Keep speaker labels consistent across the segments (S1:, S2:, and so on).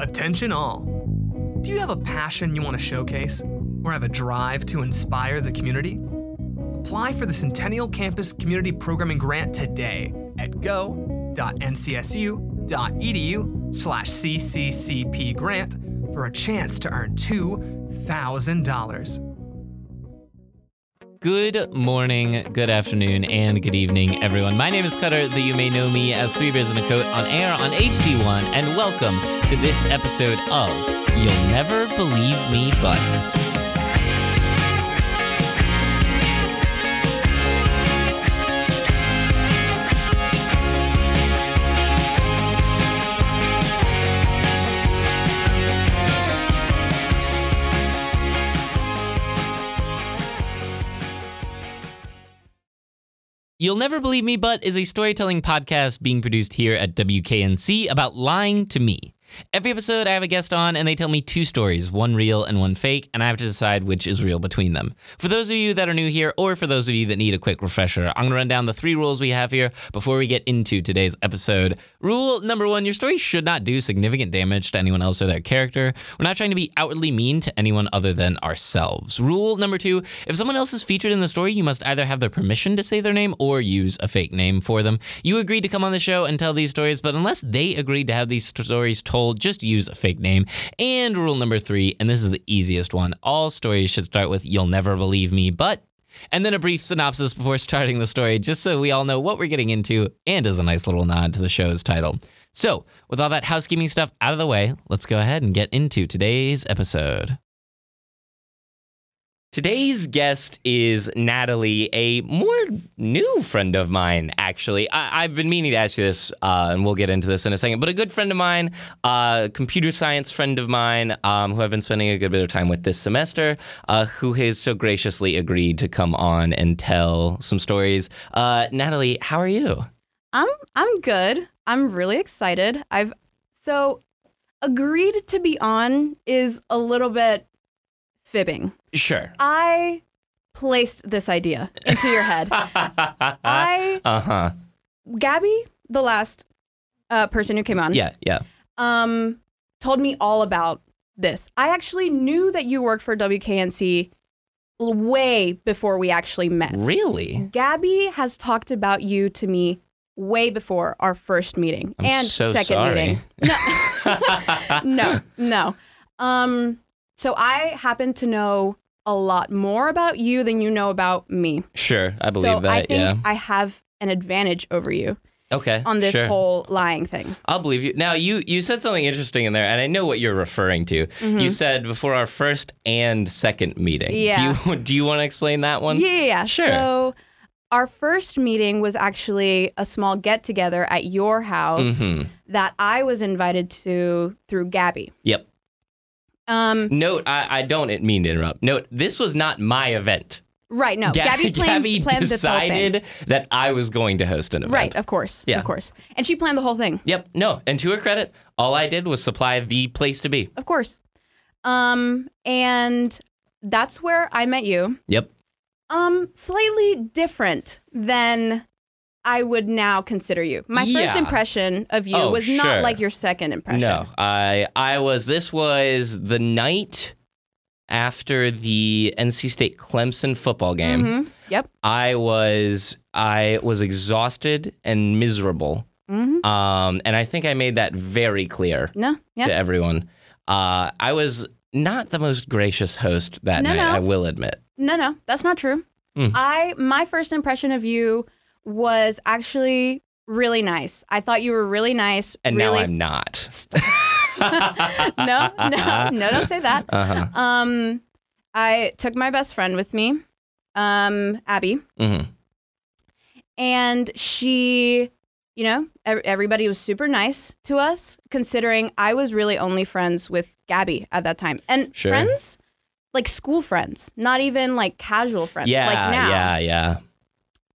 S1: Attention all. Do you have a passion you want to showcase or have a drive to inspire the community? Apply for the Centennial Campus Community Programming Grant today at E go.ncsu.edu/cccp grant for a chance to earn $2,000.
S2: Good morning, good afternoon, and good evening, everyone. My name is Cutter, though you may know me as Three Bears in a Coat on air on HD1, and welcome to this episode of You'll Never Believe Me But. You'll Never Believe Me But is a storytelling podcast being produced here at WKNC about lying to me. Every episode, I have a guest on, and they tell me two stories, one real and one fake, and I have to decide which is real between them. For those of you that are new here, or for those of you that need a quick refresher, I'm gonna run down the three rules we have here before we get into today's episode. Rule number one your story should not do significant damage to anyone else or their character. We're not trying to be outwardly mean to anyone other than ourselves. Rule number two if someone else is featured in the story, you must either have their permission to say their name or use a fake name for them. You agreed to come on the show and tell these stories, but unless they agreed to have these stories told, just use a fake name. And rule number three, and this is the easiest one all stories should start with You'll Never Believe Me, but. And then a brief synopsis before starting the story, just so we all know what we're getting into, and as a nice little nod to the show's title. So, with all that housekeeping stuff out of the way, let's go ahead and get into today's episode.
S3: Today's guest is Natalie, a more new friend of mine, actually. I, I've been meaning to ask you this, uh, and we'll get into this in a second, but a good friend of mine, uh, computer science friend of mine, um, who I've been spending a good bit of time with this semester, uh, who has so graciously agreed to come on and tell some stories. Uh, Natalie, how are you?
S4: I'm I'm good. I'm really excited. I've so agreed to be on is a little bit fibbing.
S3: Sure.
S4: I placed this idea into your head.
S3: uh
S4: I
S3: huh.
S4: Gabby, the last uh, person who came on,
S3: Yeah, yeah.
S4: um, told me all about this. I actually knew that you worked for WKNC l- way before we actually met.
S3: Really?
S4: Gabby has talked about you to me way before our first meeting
S3: I'm
S4: and
S3: so
S4: second
S3: sorry.
S4: meeting. no, no. Um, so I happen to know a lot more about you than you know about me.
S3: Sure, I believe
S4: so
S3: that.
S4: I think
S3: yeah.
S4: I have an advantage over you
S3: Okay.
S4: on this
S3: sure.
S4: whole lying thing.
S3: I'll believe you. Now you you said something interesting in there, and I know what you're referring to.
S4: Mm-hmm.
S3: You said before our first and second meeting.
S4: Yeah.
S3: Do you do you want to explain that one?
S4: Yeah, yeah, yeah.
S3: Sure.
S4: So our first meeting was actually a small get together at your house
S3: Mhm.
S4: that I was invited to through Gabby.
S3: Yep.
S4: Um,
S3: Note, I, I don't mean to interrupt. Note, this was not my event.
S4: right, no.
S3: Ga-
S4: Gabby planned,
S3: Gabby
S4: planned this whole thing.
S3: decided that I was going to host an event.
S4: Right, of course.
S3: Yeah.
S4: Of course. And she planned the whole thing.
S3: Yep. No. And to her credit, all I did was supply the place to be.
S4: Of course. Um and that's where I met you.
S3: Yep.
S4: Um slightly different than I would now consider you. My first
S3: Yeah.
S4: impression of you
S3: Oh,
S4: was
S3: sure.
S4: not like your second impression.
S3: No, I I was. This was the night after the NC State Clemson football game.
S4: Mhm. Yep.
S3: I was I was exhausted and miserable.
S4: Mhm.
S3: Um, and I think I made that very clear
S4: No.
S3: to
S4: Yeah.
S3: everyone. Uh, I was not the most gracious host that
S4: No,
S3: night.
S4: no.
S3: I will admit.
S4: No, no. That's not true.
S3: Mm.
S4: I my first impression of you was actually really nice. I thought you were really nice.
S3: And
S4: really
S3: now I'm not.
S4: no, no, no, don't say that.
S3: Uh-huh.
S4: Um, I took my best friend with me, um, Abby,
S3: Mhm.
S4: and she, you know, ev- everybody was super nice to us, considering I was really only friends with Gabby at that time. And
S3: Sure.
S4: friends, like school friends, not even like casual friends,
S3: Yeah,
S4: like now.
S3: yeah, yeah.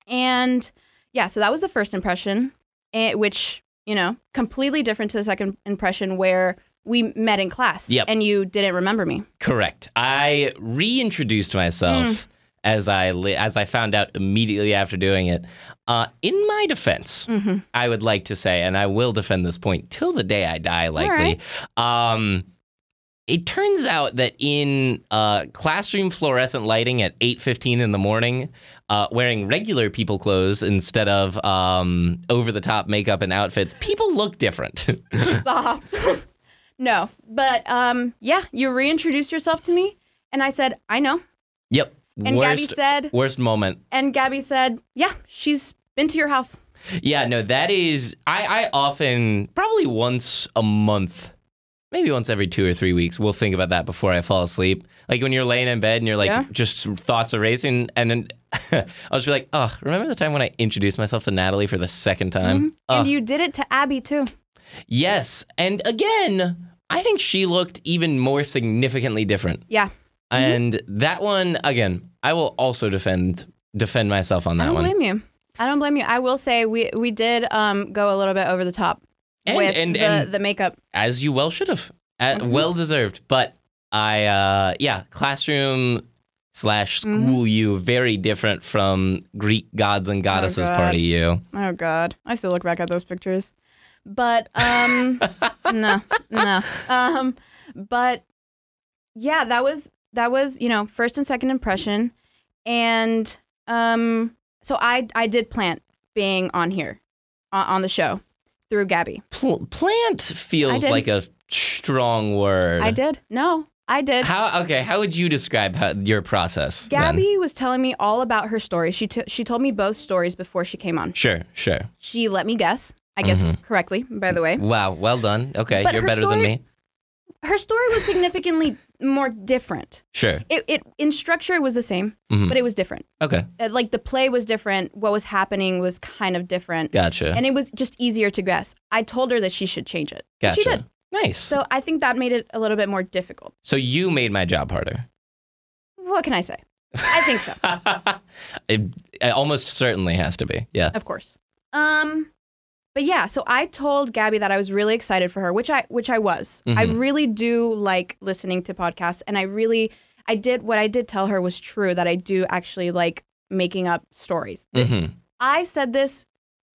S4: And yeah, so that was the first impression, eh, which, you know, completely different to the second impression where we met in class
S3: Yep.
S4: and you didn't remember me. Mm.
S3: Correct. I reintroduced myself as I li- as I found out immediately after doing it. Uh, in my defense,
S4: Mm-hmm.
S3: I would like to say, and I will defend this point till the day I die, likely. Um, it turns out that in uh, classroom fluorescent lighting at 8.15 in the morning uh, wearing regular people clothes instead of um, over-the-top makeup and outfits people look different
S4: Stop. no, but um, yeah, you reintroduced yourself to me, and I said, I know.
S3: yep
S4: And
S3: worst,
S4: Gabby said,
S3: worst moment
S4: and Gabby said, yeah, she's been to your house.
S3: yeah no that is I, I often probably once a month maybe once every two or three weeks we'll think about that before i fall asleep like when you're laying in bed and you're like
S4: Yeah.
S3: just thoughts are racing and then i'll just be like oh remember the time when i introduced myself to natalie for the second time Oh,
S4: And you did it to Abby too.
S3: Yes. And again, I think she looked even more significantly different.
S4: Yeah.
S3: And that one, again, I will also defend defend myself on
S4: I
S3: that
S4: don't
S3: one.
S4: blame you. I don't blame you. I will say we we did um, go a little bit over the top
S3: And-
S4: with
S3: and-
S4: the,
S3: and-
S4: the makeup.
S3: As you well should have. Uh,
S4: Mm-hmm.
S3: Well deserved. But I uh yeah, classroom slash school
S4: Mm-hmm.
S3: you very different from Greek gods and goddesses
S4: Oh God.
S3: party you.
S4: Oh God, I still look back at those pictures. But um, no, no. Um, but yeah, that was that was you know first and second impression, and um, so I I did plant being on here, on, on the show, through Gabby.
S3: Pl- plant feels
S4: did.
S3: like a strong word.
S4: I did. No, I did.
S3: How okay, how would you describe how, your process? then?
S4: Gabby was telling me all about her story. She t- she told me both stories before she came on.
S3: Sure, sure.
S4: She let me guess. I guess
S3: Mm-hmm.
S4: correctly, by the way.
S3: Wow, well done. Okay,
S4: But
S3: you're
S4: her
S3: better than
S4: story-
S3: me.
S4: Her story was significantly more different.
S3: Sure.
S4: it, it in structure it was the same,
S3: Mm-hmm.
S4: but it was different.
S3: Okay,
S4: Uh, Like the play was different. What was happening was kind of different,
S3: gotcha.
S4: and it was just easier to guess. I told her that she should change it. and
S3: gotcha.
S4: She did.
S3: Nice. So,
S4: So I think that made it a little bit more difficult.
S3: you made my job harder.
S4: What can I say? I think so,
S3: it, it almost certainly has to be. Yeah.
S4: of course. Um, but yeah, so I told Gabby that I was really excited for her, which I which I was. I
S3: Mhm.
S4: really do like listening to podcasts, and I really I did what I did tell her was true that I do actually like making up stories.
S3: hmm
S4: I said this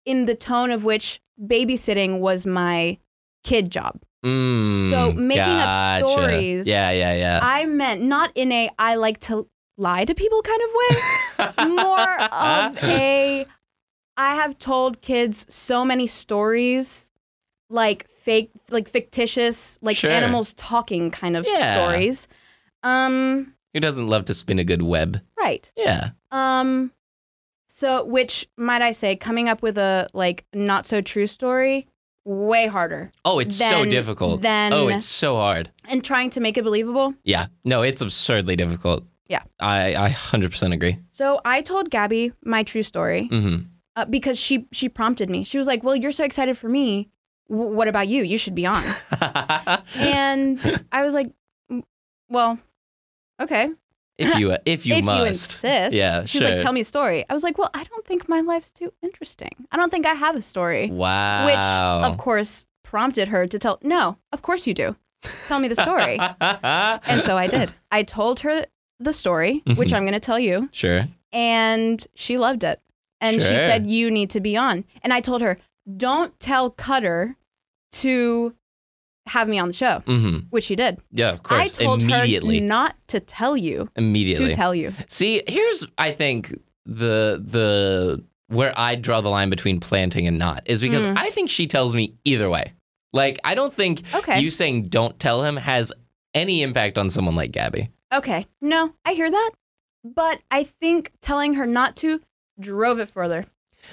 S4: in the tone of which babysitting was my kid job.
S3: Mm,
S4: So, making up
S3: gotcha.
S4: stories-
S3: Yeah, yeah, yeah.
S4: I meant not in a I like to lie to people kind of way, more
S3: Uh-huh.
S4: of a I have told kids so many stories like fake like fictitious like
S3: Sure.
S4: animals talking kind of
S3: Yeah.
S4: stories. Um
S3: Who doesn't love to spin a good web?
S4: right.
S3: Yeah.
S4: Um, so which might I say, coming up with a like not so true story, way harder
S3: Oh, it's so
S4: Then-
S3: difficult.
S4: then-
S3: oh, it's so hard.
S4: and trying to make it believable.
S3: Yeah. No, it's absurdly difficult.
S4: Yeah.
S3: I, I 100% agree.
S4: So I told Gabby my true story
S3: hmm
S4: uh, because she she prompted me. She was like, "Well, you're so excited for me. W- what about you? You should be on." and I was like, "Mm, "Well, okay,
S3: if you if you
S4: if
S3: must.
S4: you insist."
S3: Yeah,
S4: She's
S3: sure.
S4: like, "Tell me a story." I was like, "Well, I don't think my life's too interesting. I don't think I have a story."
S3: Wow.
S4: which of course prompted her to tell no of course you do tell me the story and so i did i told her the story which
S3: Mm-hmm.
S4: i'm going to tell you
S3: sure.
S4: and she loved it and she
S3: Sure.
S4: said you need to be on and i told her don't tell cutter to have me on the show
S3: hmm
S4: which she did
S3: Yeah, of course.
S4: i told
S3: Immediately.
S4: her not to tell you
S3: Immediately.
S4: to tell you
S3: See, here's I think the the where I draw the line between planting and not is because I think she tells me either way. Like I don't think
S4: Okay.
S3: you saying don't tell him has any impact on someone like Gabby.
S4: okay no i hear that but i think telling her not to drove it further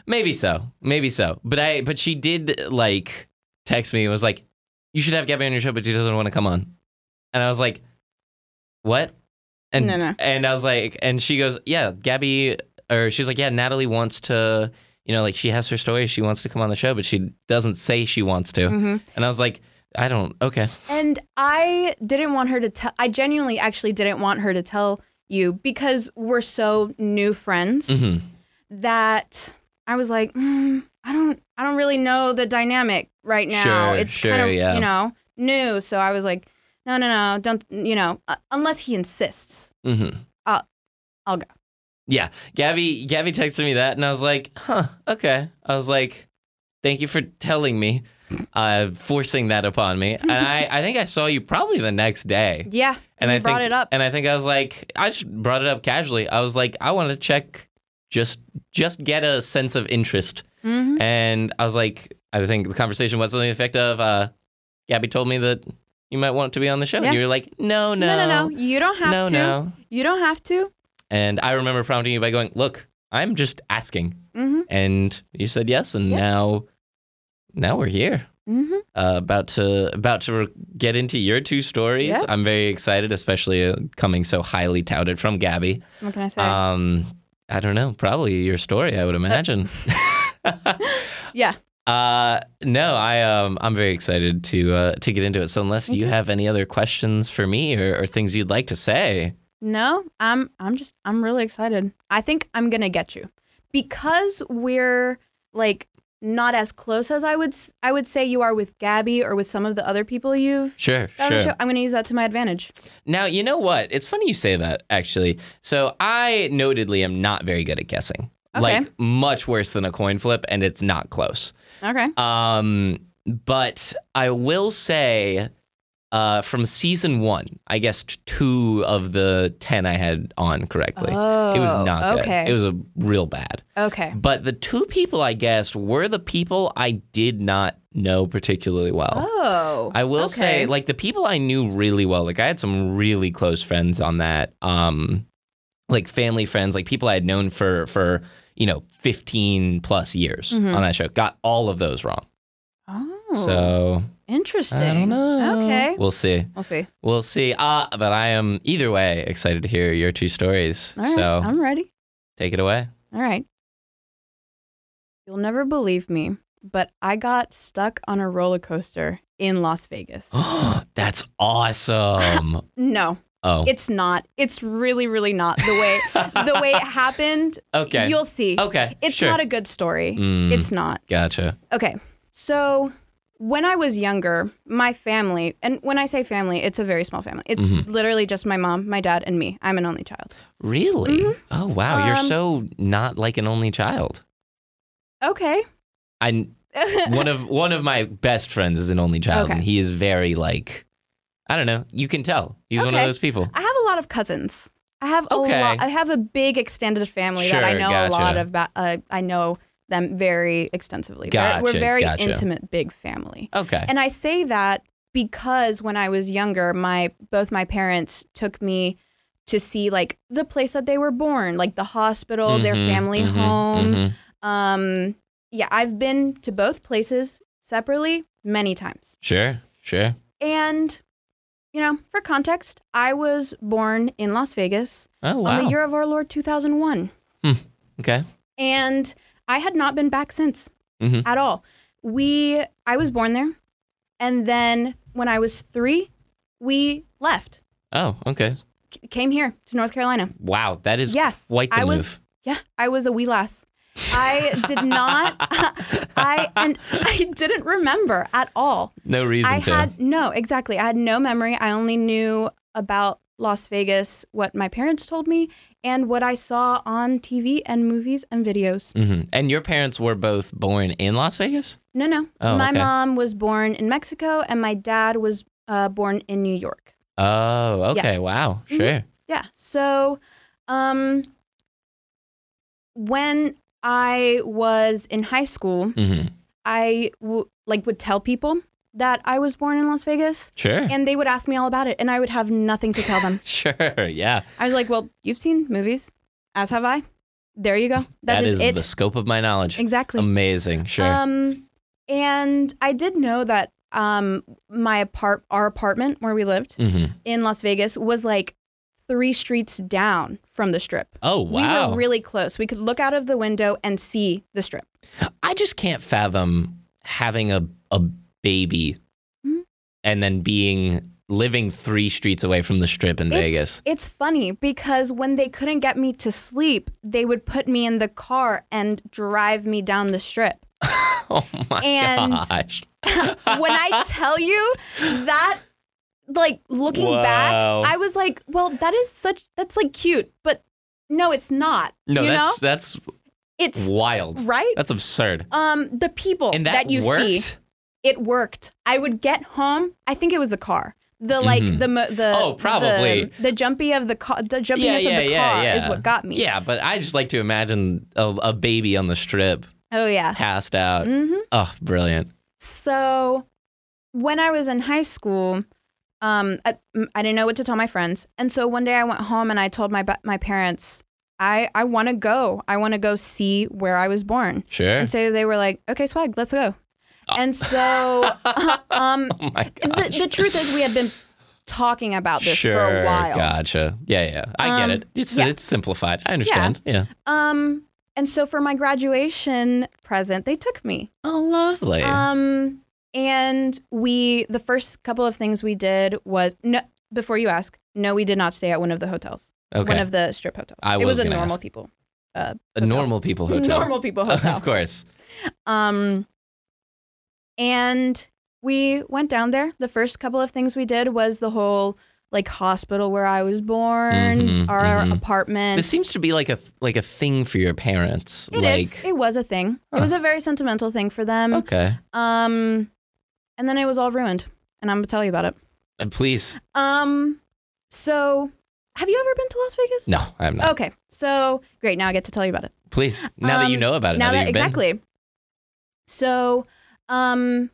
S3: Maybe so. Maybe so. But I but she did like text me and was like, You should have Gabby on your show, but she doesn't want to come on. And I was like, What? And
S4: No, no.
S3: and I was like and she goes, Yeah, Gabby or she's like, Yeah, Natalie wants to you know, like she has her story, she wants to come on the show, but she doesn't say she wants
S4: Mm.
S3: to. And I was like, I don't okay.
S4: Mm-hmm. And I didn't want her to tell. I genuinely actually didn't want her to tell you because we're so new friends
S3: Mhm.
S4: that I was like, mm, I don't, I don't really know the dynamic right now.
S3: Sure,
S4: it's
S3: sure,
S4: kind of,
S3: yeah.
S4: you know, new. So I was like, no, no, no, don't, you know, uh, unless he insists,
S3: Mhm.
S4: I'll go.
S3: Yeah, Gabby. Gabby texted me that, and I was like, "Huh, okay." I was like, "Thank you for telling me, uh, forcing that upon me." And I, I think I saw you probably the next day,
S4: Yeah.
S3: and
S4: you
S3: I
S4: brought
S3: think,
S4: it up.
S3: and I think I was like, I just brought it up casually. I was like, I want to check, just, just get a sense of interest,
S4: Mhm.
S3: and I was like, I think the conversation was something to the effect of, uh, Gabby told me that you might want to be on the show,
S4: Yeah.
S3: and you were like, No, no,
S4: no, no, no. You don't have
S3: no,
S4: to.
S3: no.
S4: You don't have to.
S3: And I remember prompting you by going, "Look, I'm just asking."
S4: Mhm.
S3: And you said yes, and
S4: Yeah.
S3: now, now we're here,
S4: Mhm.
S3: uh, about to about to re- get into your two stories.
S4: Yeah.
S3: I'm very excited, especially uh, coming so highly touted from Gabby.
S4: What can I say?
S3: Um, I don't know, probably your story, I would
S4: Uh,
S3: imagine.
S4: yeah.
S3: Uh, no, I um, I'm very excited to uh, to get into it. So unless
S4: Me
S3: you
S4: too.
S3: have any other questions for me or, or things you'd like to say,
S4: No, I'm I'm just I'm really excited. I think I'm going to get you. Because we're like not as close as I would s- I would say you are with Gabby or with some of the other people you've
S3: sure,
S4: got on
S3: sure.
S4: the show. I'm going to use that to my advantage.
S3: Now, you know what? It's funny you say that, actually. So, I notedly am not very good at guessing.
S4: Okay.
S3: Like, much worse than a coin flip, and it's not close.
S4: Okay.
S3: Um, but I will say uh, from season one, I guessed two of the 10 I had on correctly. it was
S4: Oh,
S3: not good.
S4: okay.
S3: It was a real bad.
S4: Okay.
S3: But the two people I guessed were the people I did not know particularly well.
S4: Oh.
S3: I will say,
S4: okay.
S3: like the people I knew really well, like I had some really close friends on that, um, like family friends, like people I had known for for you know fifteen plus years
S4: Mhm.
S3: on that show. Got all of those wrong.
S4: Oh.
S3: So
S4: interesting.
S3: I don't know.
S4: Okay.
S3: we'll see.
S4: We'll see.
S3: We'll see. Uh, but I am either way excited to hear your two stories.
S4: All right.
S3: so
S4: I'm ready.
S3: take it away.
S4: All right. You'll never believe me, but I got stuck on a roller coaster in Las Vegas.
S3: That's awesome.
S4: No,
S3: oh,
S4: it's not. It's really, really not the way the way it happened.
S3: okay.
S4: You'll see.
S3: okay,
S4: It's
S3: sure.
S4: not a good story.
S3: Mm,
S4: It's not.
S3: gotcha.
S4: Okay. So when I was younger, my family, and when I say family, it's a very small family. It's
S3: Mm-hmm.
S4: literally just my mom, my dad, and me. I'm an only child.
S3: Really? Oh wow, you're
S4: Um,
S3: so not like an only child.
S4: Okay.
S3: I one of one of my best friends is an only child,
S4: Okay.
S3: and he is very like, I don't know. You can tell he's one of
S4: Okay.
S3: those people.
S4: I have a lot of cousins. I have
S3: Okay.
S4: a lot. I have a big extended family that I
S3: Sure,
S4: know
S3: gotcha.
S4: a lot of. Ba- uh, I know them very extensively. We're-
S3: Gotcha,
S4: We're very
S3: gotcha.
S4: intimate, big family.
S3: Okay.
S4: And I say that because when I was younger, my both my parents took me to see like the place that they were born, like the hospital, their
S3: Mhm,
S4: family
S3: mhm,
S4: home.
S3: mhm.
S4: Um, yeah, I've been to both places separately many times.
S3: Sure. Sure.
S4: And you know, for context, I was born in Las Vegas
S3: Oh
S4: on
S3: wow.
S4: the year of our Lord 2001.
S3: okay.
S4: And I had not been back since
S3: Mhm.
S4: at all. We, I was born there. And then when I was three, we left,
S3: Oh okay.
S4: c- came here to North Carolina.
S3: Wow, that is
S4: Yeah,
S3: quite the
S4: I was-
S3: move.
S4: Yeah, I was a wee lass. I did not, I, and I didn't remember at all.
S3: No reason
S4: I
S3: to.
S4: had, no, exactly. I had no memory. I only knew about Las Vegas, what my parents told me, and what I saw on TV and movies and videos.
S3: Mhm. And your parents were both born in Las Vegas.
S4: No, no.
S3: Oh,
S4: my
S3: okay.
S4: mom was born in Mexico, and my dad was uh, born in New York.
S3: Oh okay. Wow.
S4: Mm-hmm.
S3: Sure.
S4: Yeah. So, um, when I was in high school,
S3: hmm
S4: I w- like would tell people that I was born in Las Vegas,
S3: Sure.
S4: and they would ask me all about it, and I would have nothing to tell them.
S3: sure. Yeah.
S4: I was like, "Well, you've seen movies, as have I. There you go.
S3: That is,
S4: it.
S3: the scope of my knowledge.
S4: exactly.
S3: Amazing. Sure.
S4: Um, and I did know that um my apart our apartment where we lived
S3: hmm
S4: in Las Vegas was like three streets down from the Strip.
S3: Oh wow.
S4: We were really close. We could look out of the window and see the Strip.
S3: I just can't fathom having a a baby
S4: Mhm.
S3: and then being living three streets away from the strip in
S4: It's-
S3: Vegas.
S4: It's funny because when they couldn't get me to sleep, they would put me in the car and drive me down the Strip.
S3: Oh my
S4: and-
S3: gosh.
S4: when I tell you that, like looking back,
S3: Wow.
S4: I was like, well, that is such that's like cute, but No, it's not.
S3: No,
S4: you
S3: that's
S4: know?
S3: that's
S4: it's
S3: wild.
S4: right.
S3: That's absurd.
S4: um, the people
S3: And that,
S4: you
S3: worked.
S4: see, it worked. I would get home. I think it was the car. The like the mo- the
S3: Mm-hmm. Oh, probably.
S4: the, the jumpy of the car. The jumpiness
S3: Yeah,
S4: of
S3: yeah,
S4: the
S3: yeah,
S4: car
S3: yeah.
S4: is what got me.
S3: Yeah, but I just like to imagine a, a baby on the strip
S4: Oh yeah.
S3: passed out.
S4: Mm-hmm.
S3: Oh, brilliant.
S4: So when I was in high school, um, I, m- I didn't know what to tell my friends, and so one day I went home and I told my ba- my parents, I I want to go. I want to go see where I was born.
S3: Sure. Ah.
S4: And so they were like, "Okay, swag, let's go." And so, um,
S3: Oh my god.
S4: the, the truth is, we had been talking about this
S3: sure.
S4: for a while.
S3: Gotcha. Yeah, yeah. I
S4: Um,
S3: get it. It's
S4: yeah.
S3: it's simplified. I understand. Yeah.
S4: Um, and so for my graduation present, they took me.
S3: Oh, lovely.
S4: Um, and we the first couple of things we did was no. Before you ask, no, we did not stay at one of the hotels,
S3: okay.
S4: one of the strip hotels.
S3: I
S4: it
S3: was
S4: was a
S3: gonna
S4: normal
S3: ask.
S4: people, uh,
S3: a
S4: hotel.
S3: normal people hotel.
S4: normal people hotel.
S3: of course.
S4: Um, and we went down there. The first couple of things we did was the whole like hospital where I was born,
S3: Mhm,
S4: our
S3: mhm.
S4: apartment.
S3: This seems to be like a like a thing for your parents.
S4: It is.
S3: like
S4: It was a thing.
S3: Huh.
S4: It was a very sentimental thing for them.
S3: okay.
S4: Um, and then it was all ruined, and I'm gonna tell you about it.
S3: Uh, Please.
S4: Um, so have you ever been to Las Vegas?
S3: No, I'm not.
S4: Okay, so great. Now I get to tell you about it.
S3: Please. Now that you
S4: Um,
S3: know about it. Now,
S4: now that
S3: you've been.
S4: exactly. So, um,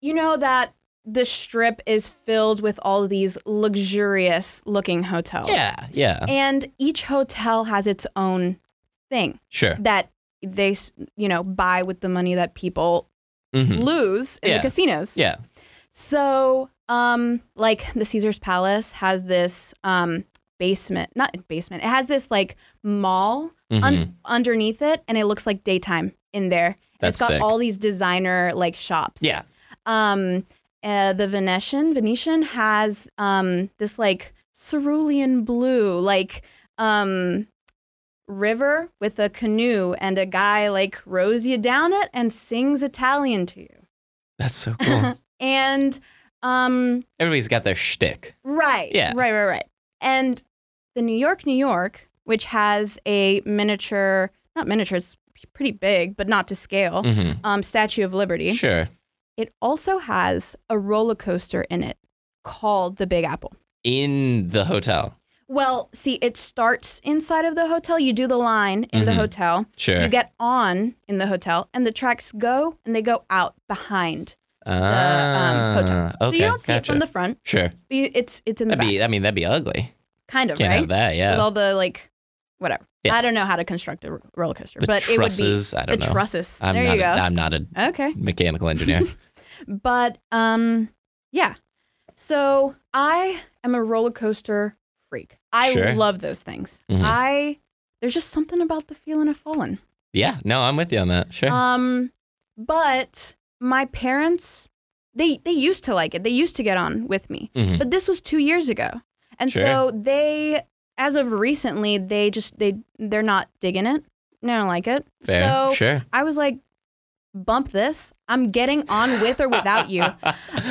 S4: you know that the strip is filled with all these luxurious looking hotels.
S3: Yeah. Yeah.
S4: And each hotel has its own thing
S3: Sure.
S4: that they, s- you know, buy with the money that people
S3: hmm
S4: lose in
S3: Yeah.
S4: the casinos.
S3: Yeah.
S4: So, um, like the Caesar's Palace has this um basement, not basement. It has this like mall un-
S3: Mhm.
S4: underneath it, and it looks like daytime in there. And
S3: That's
S4: it's got
S3: sick.
S4: all these designer like shops.
S3: Yeah.
S4: Um, uh, the Venetian Venetian has um this like cerulean blue like um river with a canoe and a guy like rows you down it and sings Italian to you.
S3: That's so cool.
S4: And um
S3: Everybody's got their shtick.
S4: Right.
S3: Yeah.
S4: Right, right, right. And the New York, New York, which has a miniature, not miniature, it's pretty big, but not to scale,
S3: hmm
S4: um, Statue of Liberty.
S3: Sure.
S4: It also has a roller coaster in it called the Big Apple.
S3: In the hotel.
S4: Well, see, it starts inside of the hotel. You do the line in the
S3: Mhm.
S4: hotel.
S3: Sure.
S4: You get on in the hotel, and the tracks go and they go out behind the um,
S3: Ah,
S4: hotel. so
S3: Okay.
S4: you don't see it
S3: gotcha.
S4: from the front.
S3: Sure.
S4: But you, it's it's in the
S3: That'd
S4: back,
S3: be. I mean, that'd be ugly.
S4: kind of
S3: Can't
S4: right.
S3: have that.
S4: with
S3: Yeah.
S4: all the like whatever.
S3: Yeah.
S4: I don't know how to construct a ro- roller coaster,
S3: The
S4: but
S3: trusses. I
S4: it would
S3: don't
S4: be the
S3: know.
S4: trusses.
S3: I'm
S4: there
S3: not A,
S4: you go.
S3: I'm not a
S4: okay,
S3: mechanical engineer.
S4: but um, yeah. So I am a roller coaster freak. I
S3: Sure.
S4: love those things.
S3: Mhm.
S4: I there's just something about the feeling of falling.
S3: yeah. No, I'm with you on that. Sure.
S4: Um, but my parents, they they used to like it. They used to get on with me.
S3: Mhm.
S4: But this was two years ago, and so
S3: Sure.
S4: they, as of recently, they just they they're not digging it. They don't like it.
S3: Fair.
S4: So
S3: sure.
S4: I was like, bump this. I'm getting on with or without you.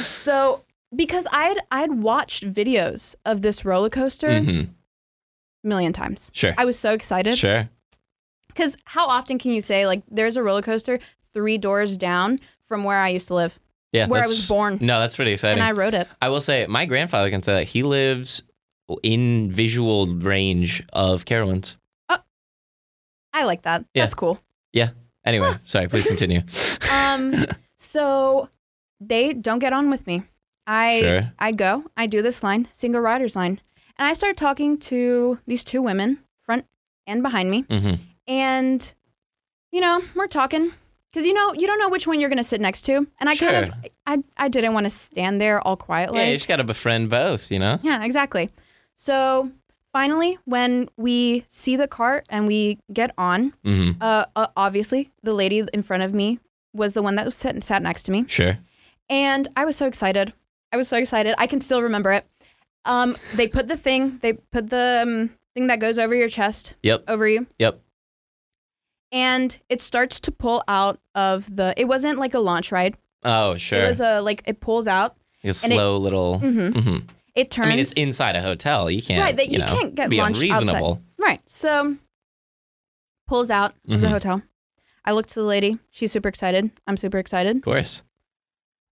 S4: So because I had I had watched videos of this roller coaster a
S3: hmm
S4: million times.
S3: Sure.
S4: I was so excited.
S3: Sure.
S4: Because how often can you say like there's a roller coaster three doors down from where I used to live,
S3: Yeah.
S4: where I
S3: that's-
S4: was born,
S3: No, that's pretty exciting.
S4: and I rode it.
S3: I will say my grandfather can say that he lives in visual range of Carolyn's.
S4: I like that.
S3: Yeah.
S4: That's cool.
S3: Anyway, sorry, please continue.
S4: Um, so they don't get on with me. I
S3: sure.
S4: I go, I do this line, single rider's line, and I start talking to these two women, front and behind me,
S3: hmm
S4: and you know we're talking because you know you don't know which one you're gonna sit next to, and I kind of
S3: Sure.
S4: I I didn't want to stand there all quiet
S3: yeah,
S4: like
S3: you just got to befriend both, you know?
S4: yeah, exactly. So finally, when we see the cart and we get on,
S3: hmm
S4: uh, uh obviously the lady in front of me was the one that was sat, sat next to me,
S3: Sure.
S4: and I was so excited. I was so excited. I can still remember it. Um, they put the thing. They put the um, thing that goes over your chest
S3: Yep.
S4: over you.
S3: Yep.
S4: And it starts to pull out of the. It wasn't like a launch ride.
S3: Oh, sure.
S4: It was a like it pulls out.
S3: Like a
S4: and it-
S3: slow little.
S4: Mhm.
S3: Mhm.
S4: It turns.
S3: I mean, it's inside a hotel. You can't.
S4: Right, that you
S3: know,
S4: can't get
S3: be
S4: launched outside.
S3: unreasonable.
S4: Right. So pulls out of
S3: Mm-hmm.
S4: the
S2: Mhm.
S4: hotel. I look to the lady. She's super excited. I'm super excited.
S3: Of course.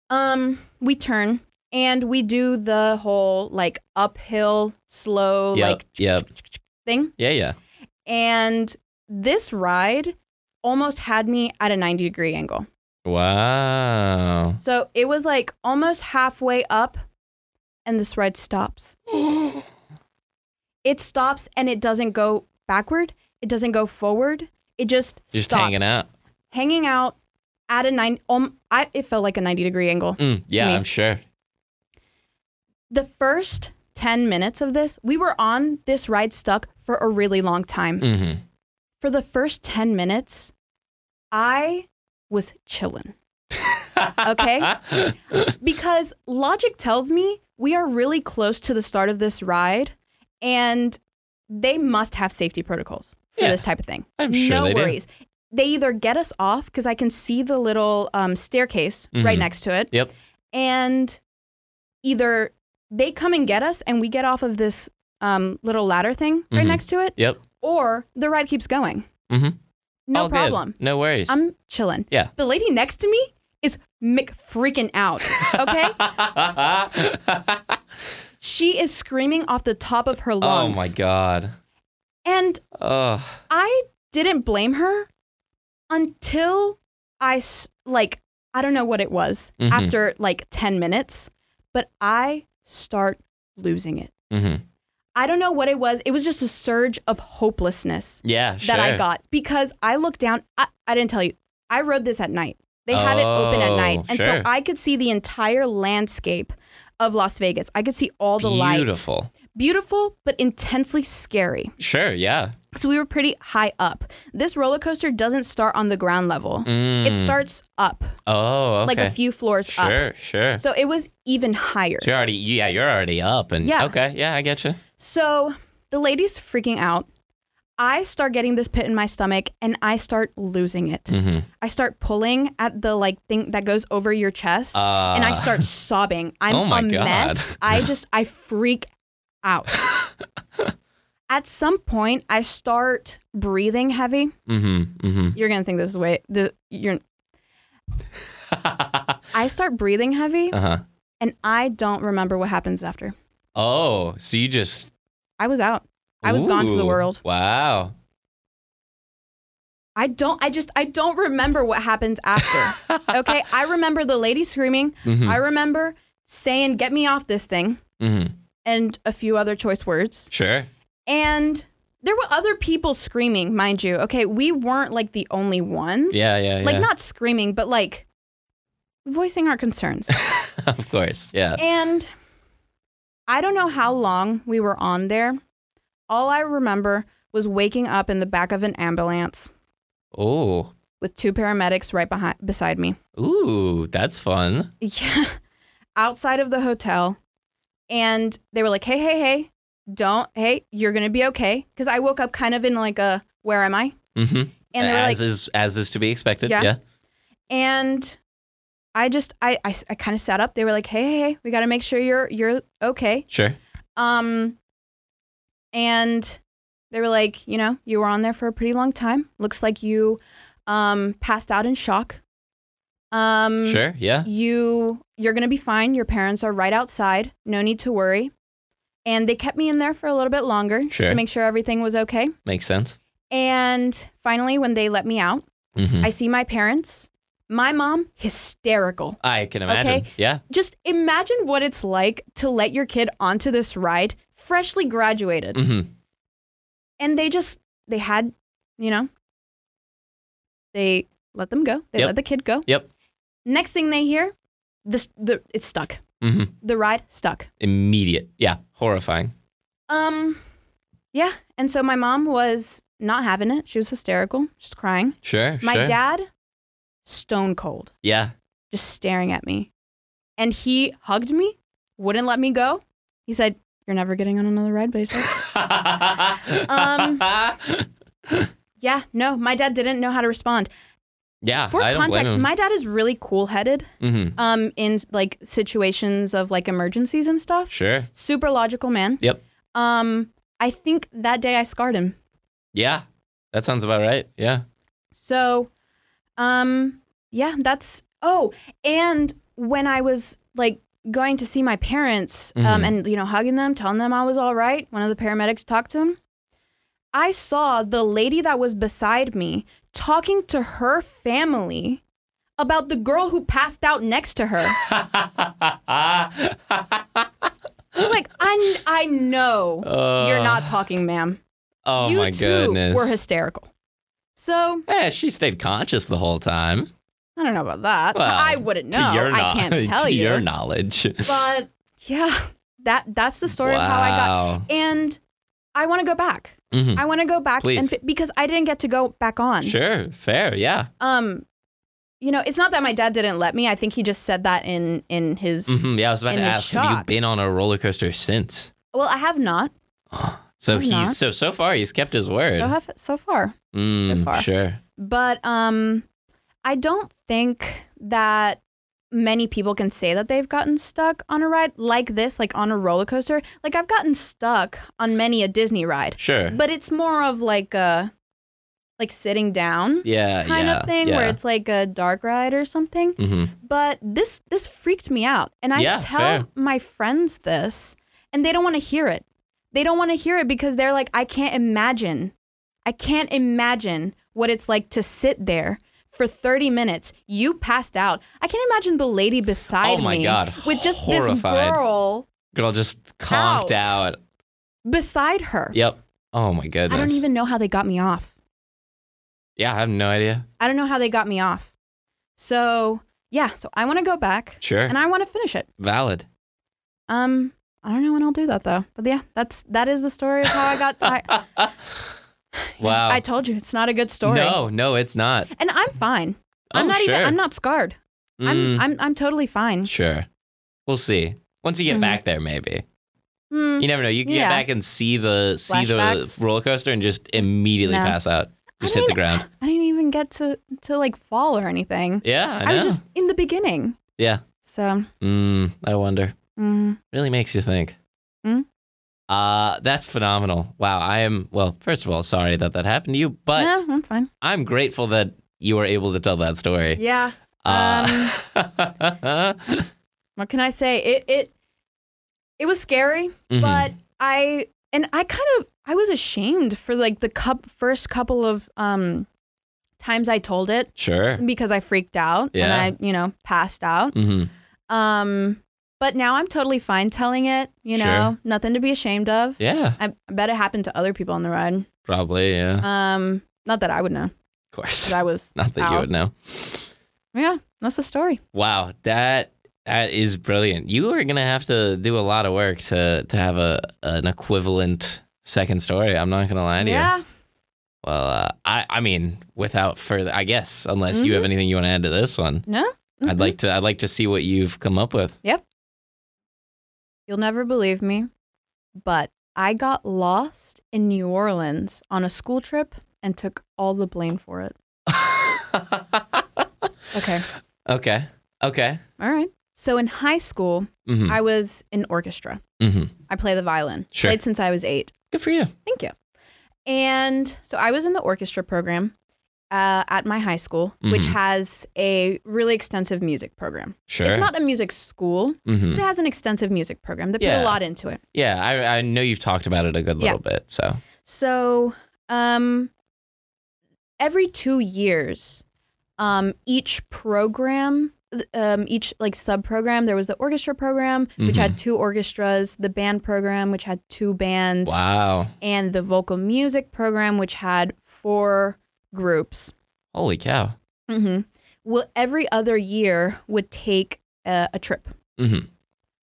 S4: Um, we turn and we do the whole like uphill, slow,
S3: Yep,
S4: like
S3: yep.
S4: thing.
S3: Yeah, yeah.
S4: And this ride almost had me at a 90 degree angle.
S3: Wow.
S4: So it was like almost halfway up, and this ride stops. it stops and it doesn't go backward. It doesn't go forward. It just
S3: Just
S4: stops.
S3: hanging out.
S4: Hanging out at a nine. Um, I it felt like a 90 degree angle.
S3: Mm, yeah,
S4: Me.
S3: I'm sure.
S4: the first 10 minutes of this, we were on this ride stuck for a really long time.
S3: hmm
S4: For the first 10 minutes, I was chillin'. okay? Because logic tells me we are really close to the start of this ride and they must have safety protocols for
S3: Yeah.
S4: this type of thing.
S3: I'm sure
S4: no
S3: they do.
S4: worries. They either get us off because I can see the little um, staircase right
S3: Mhm.
S4: next to it
S3: Yep.
S4: and either they come and get us and we get off of this um, little ladder thing right
S3: Mhm.
S4: next to it,
S3: Yep.
S4: or the ride keeps going.
S3: Mhm.
S4: No
S3: All good.
S4: problem.
S3: No worries.
S4: I'm chilling.
S3: Yeah.
S4: The lady next to me is Mick freaking out. Okay.
S3: Oh
S4: she is screaming off the top of her
S3: oh
S4: lungs.
S3: my god.
S4: And
S3: Oh.
S4: I didn't blame her until I s- like I don't know what it was
S3: Mhm.
S4: after like 10 minutes, but I start losing it.
S3: hmm
S4: I don't know what it was. It was just a surge of hopelessness
S3: Yeah, sure.
S4: that I got because I looked down. I, I didn't tell you. I rode this at night. They had it open at night.
S3: Oh,
S4: And so
S3: sure.
S4: I could see the entire landscape of Las Vegas. I could see all the lights.
S3: Beautiful.
S4: Beautiful, but intensely scary.
S3: Sure, yeah.
S4: So we were pretty high up. This roller coaster doesn't start on the ground level. It
S3: Mm.
S4: starts up,
S3: Oh, okay.
S4: like a few floors up.
S3: Sure, sure. So
S4: So it was even higher.
S3: you're already yeah, you're already up and
S4: Yeah.
S3: okay, yeah, I get you.
S4: So the lady's freaking out. I start getting this pit in my stomach and I start losing it.
S3: Mhm.
S4: I start pulling at the like thing that goes over your chest and I
S3: Uh.
S4: start sobbing. I'm
S3: Oh my
S4: a
S3: God.
S4: mess. I just I freak out. at some point I start breathing heavy.
S3: Mhm. Mhm.
S4: You're going to think this is way the you're I start breathing heavy
S3: Uh-huh.
S4: and I don't remember what happens after.
S3: Oh, so you just
S4: I was out. I was gone to the
S3: Ooh,
S4: world.
S3: Wow.
S4: I don't I just I don't remember what happens after. okay? I remember the lady screaming.
S3: Mhm.
S4: I remember saying get me off this thing
S3: Mhm.
S4: and a few other choice words.
S3: Sure.
S4: And there were other people screaming, mind you. Okay, we weren't like the only ones.
S3: Yeah, yeah,
S4: Like
S3: yeah.
S4: not screaming, but like voicing our concerns.
S3: of course. Yeah.
S4: And I don't know how long we were on there. All I remember was waking up in the back of an ambulance
S3: Oh.
S4: with two paramedics right behind beside me.
S3: Ooh, that's fun.
S4: Yeah. Outside of the hotel. And they were like, "Hey, hey, hey. Don't. Hey, you're going to be okay." Cuz I woke up kind of in like a where am I?
S3: Mhm.
S4: And they were like
S3: as is as is to be expected.
S4: Yeah.
S3: Yeah.
S4: and I just I I, I kind of sat up. They were like, "Hey, hey, hey, we got to make sure you're you're okay."
S3: Sure.
S4: Um, and they were like, you know, you were on there for a pretty long time. Looks like you um, passed out in shock. Um,
S3: Sure. Yeah.
S4: You you're gonna be fine. Your parents are right outside. No need to worry. And they kept me in there for a little bit longer just to
S3: Sure.
S4: make sure everything was okay.
S3: Makes sense.
S4: And finally, when they let me out,
S3: Mhm.
S4: I see my parents. My mom, hysterical.
S3: I can imagine.
S4: Okay.
S3: Yeah.
S4: Just imagine what it's like to let your kid onto this ride, freshly graduated.
S3: Mhm.
S4: and they just they had you know they let them go they
S3: Yep.
S4: let the kid go
S3: Yep.
S4: next thing they hear this the it's stuck
S3: Mhm.
S4: the ride stuck
S3: Immediate. Yeah. Horrifying.
S4: um yeah and so my mom was not having it she was hysterical just crying
S3: Sure.
S4: my
S3: sure.
S4: dad stone cold
S3: Yeah.
S4: just staring at me and he hugged me wouldn't let me go he said you're never getting on another ride basically Um, yeah no my dad didn't know how to respond
S3: yeah.
S4: for
S3: I don't
S4: context
S3: blame
S4: my dad is really cool-headed
S3: him. Mhm.
S4: um in like situations of like emergencies and stuff.
S3: Sure.
S4: Super logical man.
S3: Yep.
S4: Um I think that day I scarred him.
S3: Yeah. That sounds about right. Yeah.
S4: So, um, yeah, that's. Oh, and when I was like going to see my parents, um,
S3: Mm-hmm.
S2: Mhm.
S4: and you know, hugging them, telling them I was all right, one of the paramedics talked to him. I saw the lady that was beside me talking to her family about the girl who passed out next to her. I'm like, I, kn- I know you're not talking, ma'am.
S3: Uh. Oh
S4: you
S3: my
S4: too
S3: goodness.
S4: were hysterical. So
S3: yeah, she stayed conscious the whole time.
S4: I don't know about that.
S3: Well,
S4: I wouldn't know.
S3: to your
S4: I
S3: kno-
S4: can't tell
S3: to
S4: you.
S3: your knowledge.
S4: But yeah, that that's the story of how I got.
S3: Wow.
S4: And I want to go back.
S3: Mhm.
S4: I want to go back and
S3: Please.
S4: fi- because I didn't get to go back on.
S3: Sure. Fair. Yeah.
S4: Um, you know, it's not that my dad didn't let me. I think he just said that in in his.
S3: Mhm. Yeah. I was about
S4: In
S3: to
S4: the
S3: ask. Have you
S4: shock.
S3: been on a roller coaster since?
S4: Well, I have not.
S3: So
S4: I'm
S3: he's
S4: not.
S3: so so far he's kept his word.
S4: So have so far.
S3: Mm,
S4: so far.
S3: Sure.
S4: But um, I don't think that many people can say that they've gotten stuck on a ride like this, like on a roller coaster. Like I've gotten stuck on many a Disney ride,
S3: Sure.
S4: but it's more of like a like sitting down
S3: yeah.
S4: kind
S3: yeah,
S4: of thing
S3: yeah.
S4: where it's like a dark ride or something.
S3: Mhm.
S4: But this this freaked me out, and I
S3: Yeah,
S4: tell
S3: fair.
S4: my friends this, and they don't want to hear it. They don't want to hear it because they're like, I can't imagine, I can't imagine what it's like to sit there for 30 minutes. You passed out. I can't imagine the lady beside
S3: Oh my
S4: me
S3: God,
S4: with just
S3: horrified.
S4: this girl
S3: Girl just conked out.
S4: Out. beside her.
S3: Yep. Oh my goodness.
S4: I don't even know how they got me off.
S3: Yeah, I have no idea.
S4: I don't know how they got me off. So yeah, so I want to go back
S3: Sure.
S4: and I want to finish it.
S3: Valid.
S4: Um, I don't know when I'll do that though. But yeah, that's that is the story of how I got. I,
S3: Wow.
S4: I told you it's not a good story.
S3: Oh. No, no, it's not.
S4: and I'm fine.
S3: Oh,
S4: I'm not
S3: sure.
S4: even. I'm not scarred.
S3: Mm,
S4: I'm I'm I'm totally fine.
S3: sure. We'll see. Once you get back there, maybe
S4: Hmm.
S3: you never know. You can get
S4: Mm-hmm. Yeah.
S3: back and see the see
S4: Flashbacks.
S3: the roller coaster and just immediately
S4: No.
S3: pass out. Just hit
S4: mean,
S3: the ground.
S4: I didn't even get to to like fall or anything.
S3: Yeah, I, know.
S4: was just in the beginning.
S3: yeah.
S4: So
S3: Mm, I wonder.
S4: mm,
S3: Really makes you think.
S4: Mm.
S3: Uh, that's phenomenal. Wow. I am. Well, first of all, sorry that that happened to you, but
S4: yeah, I'm fine.
S3: I'm grateful that you were able to tell that story.
S4: Yeah. um,
S3: Uh,
S4: What can I say? It it it was scary,
S3: Mhm.
S4: but I and I kind of I was ashamed for like the cup first couple of um times I told it.
S3: sure.
S4: because I freaked out
S3: Yeah.
S4: and I, you know, passed out.
S3: hmm
S4: Um, but now I'm totally fine telling it. You
S3: Sure.
S4: know, nothing to be ashamed of.
S3: Yeah,
S4: I, I bet it happened to other people on the ride.
S3: probably. Yeah, of
S4: Um, not that I would know. 'cause
S3: course.
S4: I was.
S3: Not that you
S4: out.
S3: would know.
S4: Yeah, that's the story.
S3: Wow, that that is brilliant. You are gonna have to do a lot of work to to have a an equivalent second story. I'm not gonna lie to you.
S4: yeah.
S3: Well, uh, I I mean, without further, I guess unless you
S4: Mm-hmm.
S3: have anything you want to add to this one,
S4: No.
S3: I'd
S4: Mhm.
S3: like to I'd like to see what you've come up with.
S4: You'll never believe me, but I got lost in New Orleans on a school trip and took all the blame for it. Okay.
S3: okay. Okay.
S4: All right. So in high school,
S3: hmm
S4: I was in orchestra.
S3: hmm
S4: I play the violin.
S3: Sure.
S4: Played since I was eight.
S3: Good for you.
S4: Thank you. And so I was in the orchestra program uh, at my high school, which
S3: Mhm.
S4: has a really extensive music program.
S3: Sure.
S4: It's not a music school,
S3: hmm
S4: but it has an extensive music program. They put
S3: Yeah.
S4: a lot into it.
S3: Yeah, I I know you've talked about it a good
S4: Yeah.
S3: little bit. So.
S4: So um, every two years, um, each program, th- um, each like sub program, there was the orchestra program, which
S3: Mhm.
S4: had two orchestras, the band program, which had two bands.
S3: Wow.
S4: and the vocal music program, which had four groups.
S3: Holy cow.
S4: Mm-hmm. Well, every other year would take uh, a trip.
S3: Mhm.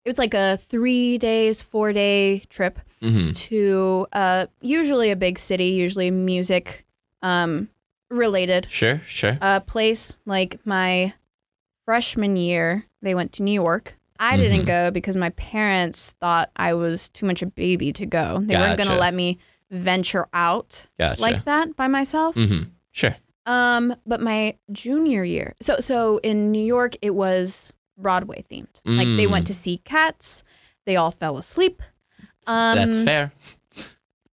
S4: It was like a three days, four day trip
S3: Mm-hmm.
S4: to uh, usually a big city, usually music um, related
S3: Sure, sure.
S4: uh, place. Like my freshman year, they went to New York. I
S3: Mhm.
S4: didn't go because my parents thought I was too much a baby to go. They weren't going
S3: Gotcha.
S4: to let me venture out
S3: Gotcha.
S4: like that by myself.
S3: mm-hmm. Sure.
S4: Um, but my junior year, so so in New York, it was Broadway themed. Like they
S3: Mm.
S4: went to see Cats, they all fell asleep. Um,
S3: That's fair.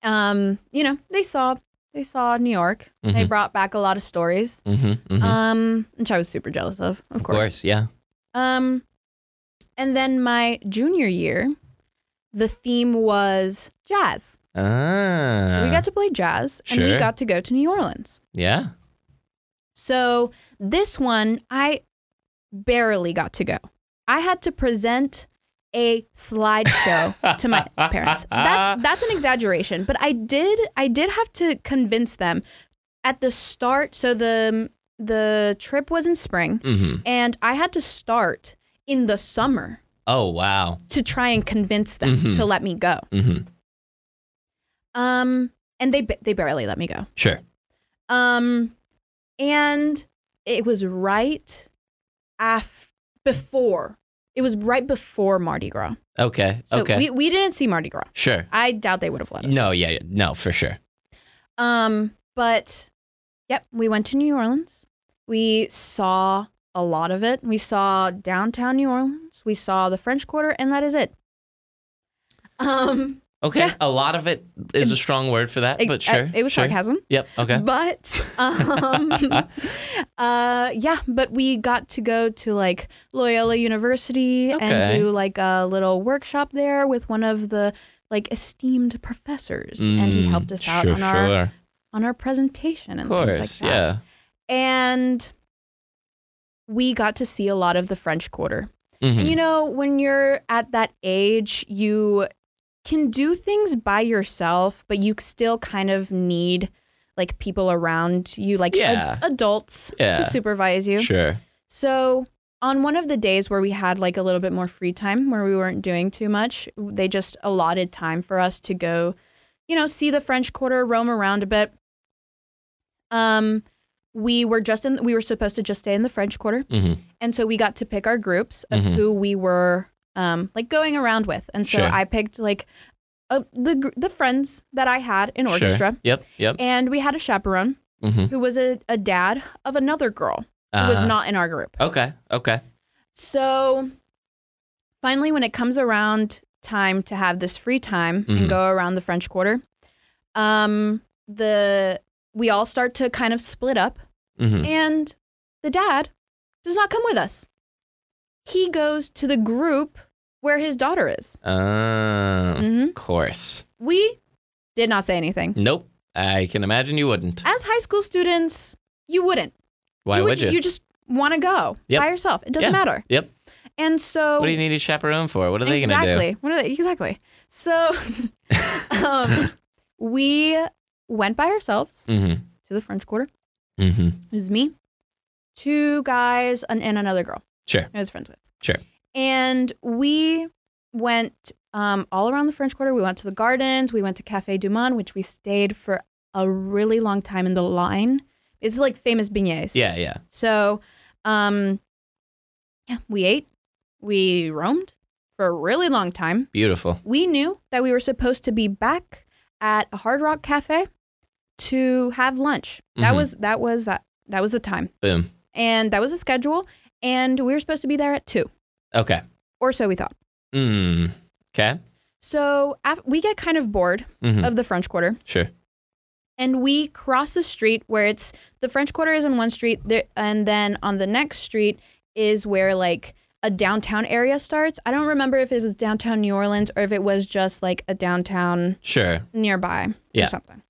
S4: Um, you know, they saw they saw New York. They
S2: Mhm.
S4: brought back a lot of stories,
S2: Mm-hmm,
S4: um, which I was super jealous of, of,
S3: Of course, yeah.
S4: Um, and then my junior year, the theme was jazz.
S3: Ah.
S4: we got to play jazz, and we
S3: Sure.
S4: got to go to New Orleans.
S3: yeah.
S4: So this one, I barely got to go. I had to present a slideshow to my parents. That's that's an exaggeration, but I did I did have to convince them at the start. So the the trip was in spring,
S2: mm-hmm.
S4: and I had to start in the summer
S3: Oh wow. Mm-hmm.
S4: to try and convince them
S2: Mhm.
S4: to let me go.
S2: Mhm.
S4: Um, and they ba- they barely let me go.
S2: Sure.
S4: Um, and it was right af- before. It was right before Mardi Gras.
S3: Okay.
S4: So
S3: okay.
S4: we, we didn't see Mardi Gras.
S3: sure.
S4: I doubt they would have let us.
S3: No. Yeah. yeah, No. For sure.
S4: Um, but yep, we went to New Orleans. We saw a lot of it. We saw downtown New Orleans. We saw the French Quarter, and that is it. Um,
S3: Okay.
S4: Yeah.
S3: A lot of it is a strong word for that,
S4: it, uh,
S3: but sure.
S4: it was
S3: sure.
S4: sarcasm.
S3: Yep. Okay.
S4: But um, uh, yeah, but we got to go to like Loyola University
S3: Okay.
S4: and do like a little workshop there with one of the like esteemed professors, and he
S2: Mm,
S4: helped us out
S2: sure,
S4: on our
S2: sure.
S4: on our presentation
S3: Of
S4: and
S3: course.
S4: things like that.
S3: yeah.
S4: And we got to see a lot of the French Quarter.
S2: Mhm.
S3: Hmm.
S4: And you know, when you're at that age, you can do things by yourself, but you still kind of need like people around you, like ad-
S3: Yeah.
S4: adults
S3: Yeah.
S4: to supervise you.
S3: Sure.
S4: So, on one of the days where we had like a little bit more free time, where we weren't doing too much, they just allotted time for us to go, you know, see the French Quarter, roam around a bit. Um, we were just in. We were supposed to just stay in the French Quarter,
S2: Mhm.
S4: and so we got to pick our groups of
S2: Mhm.
S4: who we were, um, like going around with. And so
S2: Sure.
S4: I picked like, uh, the gr- the friends that I had in
S2: Sure.
S4: orchestra,
S2: Yep. Yep.
S4: and we had a chaperone
S2: Mhm.
S4: who was a, a dad of another girl who was
S2: Uh-huh.
S4: not in our group.
S2: Okay. Okay.
S4: So finally, when it comes around time to have this free time
S2: Mhm.
S4: and go around the French Quarter, um, the we all start to kind of split up,
S2: Mhm.
S4: and the dad does not come with us. He goes to the group where his daughter is.
S2: Um,
S4: hmm
S2: Of course.
S4: We did not say anything.
S2: Nope. I can imagine you wouldn't.
S4: As high school students, you wouldn't.
S2: Why
S4: you
S2: would, you?
S4: You just want to go
S2: Yep.
S4: by yourself. It
S2: Yeah.
S4: doesn't matter.
S2: Yep.
S4: And so
S2: What do you need a chaperone for? What are they
S4: exactly.
S2: gonna do?
S4: What are they? Exactly. So um, we went by ourselves
S2: Mm-hmm.
S4: to the French Quarter.
S2: Mm-hmm.
S4: It was me, two guys, and, and another girl.
S2: Sure.
S4: I was friends with.
S2: Sure.
S4: And we went um, all around the French Quarter. We went to the gardens. We went to Cafe Du Monde, which we stayed for a really long time in the line. It's like famous beignets.
S2: Yeah. Yeah.
S4: So, um, yeah, we ate. We roamed for a really long time.
S2: Beautiful.
S4: We knew that we were supposed to be back at a Hard Rock Cafe to have lunch. That
S2: Mhm.
S4: was that was that, that was the time,
S2: Boom.
S4: and that was the schedule. And we were supposed to be there at two,
S2: Okay.
S4: or so we thought.
S2: Mm. Okay.
S4: So af- we get kind of bored
S2: Mm-hmm.
S4: of the French Quarter,
S2: Sure.
S4: and we cross the street where it's the French Quarter is on one street, there, and then on the next street is where like a downtown area starts. I don't remember if it was downtown New Orleans or if it was just like a downtown
S2: Sure.
S4: nearby
S2: Yeah.
S4: or something.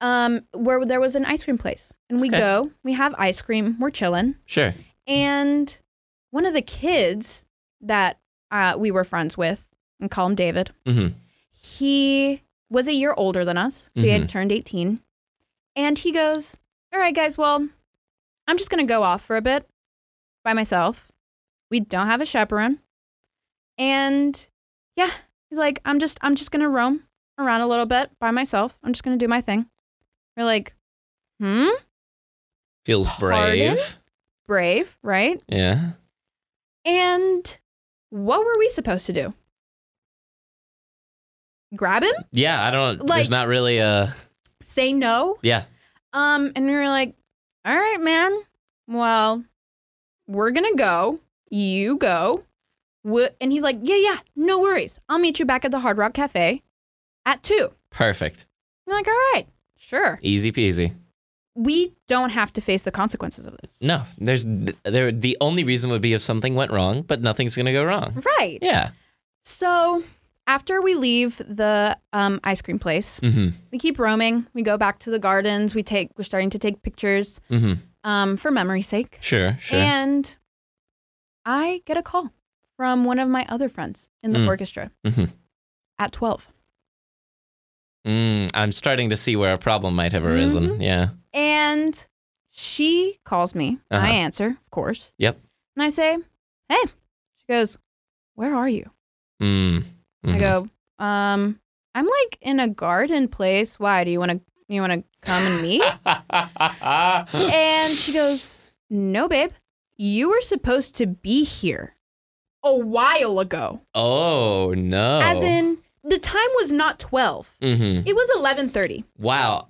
S4: Um, where there was an ice cream place, and we
S2: Okay.
S4: go, we have ice cream, we're chilling,
S2: Sure.
S4: and one of the kids that uh, we were friends with, and call him David,
S2: Mm-hmm.
S4: he was a year older than us, so he had turned eighteen, and he goes, "All right, guys, well, I'm just gonna go off for a bit by myself. We don't have a chaperone, and yeah, he's like, I'm just, I'm just gonna roam around a little bit by myself. I'm just gonna do my thing. We're like, hmm,
S2: Feels
S4: Pardon?
S2: brave.
S4: brave, right?
S2: Yeah.
S4: And what were we supposed to do? Grab him?
S2: Yeah. I don't.
S4: Like-
S2: there's not really a.
S4: Say no?
S2: Yeah.
S4: Um, and we were like, all right, man. Well, we're gonna go. You go. Wh- And he's like, yeah, yeah, no worries. I'll meet you back at the Hard Rock Cafe at two.
S2: Perfect.
S4: I'm like, all right, Sure.
S3: Easy peasy.
S4: We don't have to face the consequences of this.
S3: No, there's there. The only reason would be if something went wrong, but nothing's gonna go wrong.
S4: Right.
S3: Yeah.
S4: So after we leave the um, ice cream place,
S3: Mm-hmm.
S4: we keep roaming. We go back to the gardens. We take. We're starting to take pictures
S3: Mm-hmm.
S4: um, for memory's sake.
S3: Sure. Sure.
S4: And I get a call from one of my other friends in the
S3: Mm.
S4: orchestra
S3: Mhm.
S4: at 12.
S3: Mm, I'm starting to see where a problem might have arisen.
S4: Mm-hmm.
S3: Yeah.
S4: And she calls me.
S3: Uh-huh.
S4: I answer, of course.
S3: Yep.
S4: And I say, Hey. She goes, Where are you?
S3: Mm.
S4: I
S3: mhm.
S4: go, um, I'm like in a garden place. Why? Do you wanna you wanna come and meet?
S3: Mm-hmm.
S4: and she goes, No, babe. You were supposed to be here a while ago.
S3: oh no.
S4: As in the time was not twelve.
S3: Mm-hmm.
S4: It was eleven thirty.
S3: Wow.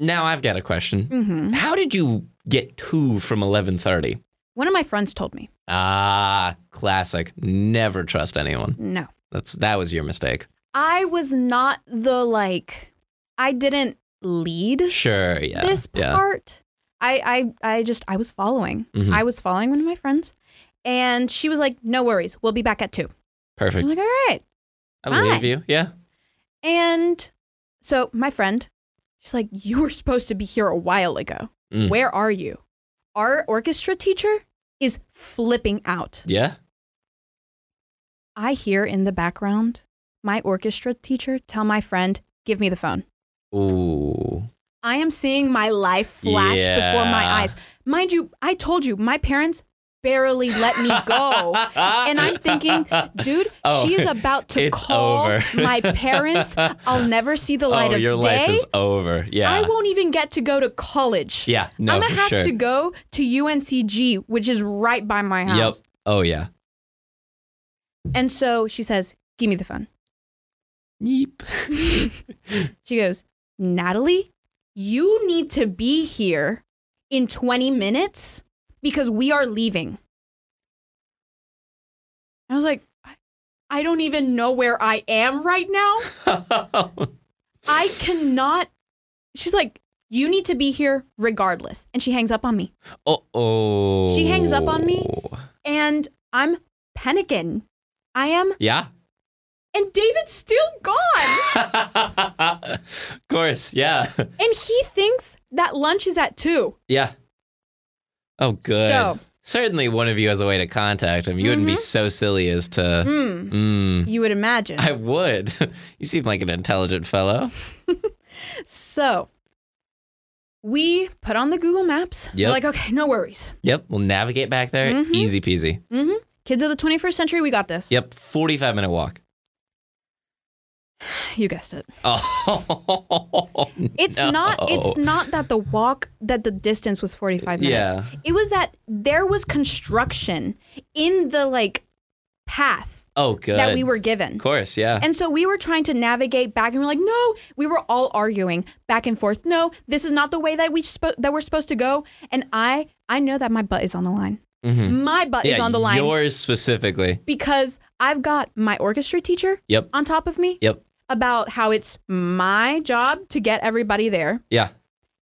S3: Now I've got a question.
S4: Mm-hmm.
S3: How did you get two from 11:30?
S4: One of my friends told me.
S3: Ah, classic. Never trust anyone.
S4: No.
S3: That's that was your mistake.
S4: I was not the like I didn't lead
S3: Sure. Yeah.
S4: this
S3: yeah.
S4: part. I, I I just I was following.
S3: Mhm.
S4: I was following one of my friends and she was like, No worries, we'll be back at two. I
S3: Perfect.
S4: was like, All right.
S3: I believe
S4: fine.
S3: you. Yeah.
S4: And so my friend, she's like, You were supposed to be here a while ago.
S3: Mm.
S4: Where are you? Our orchestra teacher is flipping out.
S3: Yeah.
S4: I hear in the background my orchestra teacher tell my friend, Give me the phone.
S3: Ooh.
S4: I am seeing my life flash before my
S3: Yeah.
S4: eyes. Mind you, I told you, my parents barely let me go. and I'm thinking, dude,
S3: Oh,
S4: she is about to
S3: it's
S4: call
S3: over.
S4: my parents. I'll never see the light
S3: oh,
S4: of
S3: your
S4: day.
S3: life is over. Yeah.
S4: I won't even get to go to college.
S3: yeah. No,
S4: I'm gonna
S3: for
S4: have
S3: sure.
S4: to go to UNCG, which is right by my
S3: yep.
S4: house.
S3: Oh yeah.
S4: And so she says, "Give me the phone."
S3: Yeep.
S4: She goes, "Natalie, you need to be here in 20 minutes because we are leaving." I was like, "I- "I don't even know where I am right now. I cannot." She's like, "You need to be here regardless." And she hangs up on me.
S3: oh, oh.
S4: She hangs up on me. and I'm panicking. I am,
S3: Yeah.
S4: and David's still gone.
S3: of course. Yeah.
S4: and he thinks that lunch is at two.
S3: Yeah. Oh, good.
S4: So-
S3: Certainly, one of you has a way to contact him. You wouldn't be
S4: Mm-hmm.
S3: so silly as to.
S4: Hmm.
S3: Mm.
S4: You would imagine.
S3: I would. you seem like an intelligent fellow.
S4: so we put on the Google Maps.
S3: Yep.
S4: We're like, okay, no worries.
S3: Yep. We'll navigate back there.
S4: Mhm.
S3: Easy peasy.
S4: Kids of the 21st century, we got this.
S3: Mm-hmm. Yep. 45 minute walk.
S4: You guessed it.
S3: Oh.
S4: It's
S3: no.
S4: not. It's not that the walk that the distance was 45 minutes.
S3: Yeah.
S4: It was that there was construction in the like path
S3: Oh, good.
S4: that we were
S3: Of
S4: given.
S3: course. Yeah.
S4: And so we were trying to navigate back, and we are like, no, we were all arguing back and forth. No, this is not the way that we spo- that we're supposed to go. And I, I know that my butt is on the line.
S3: Mhm.
S4: My butt is
S3: Yeah,
S4: on the line
S3: Yours specifically.
S4: because I've got my orchestra teacher
S3: Yep.
S4: on top of me
S3: Yep.
S4: about how it's my job to get everybody there,
S3: Yeah.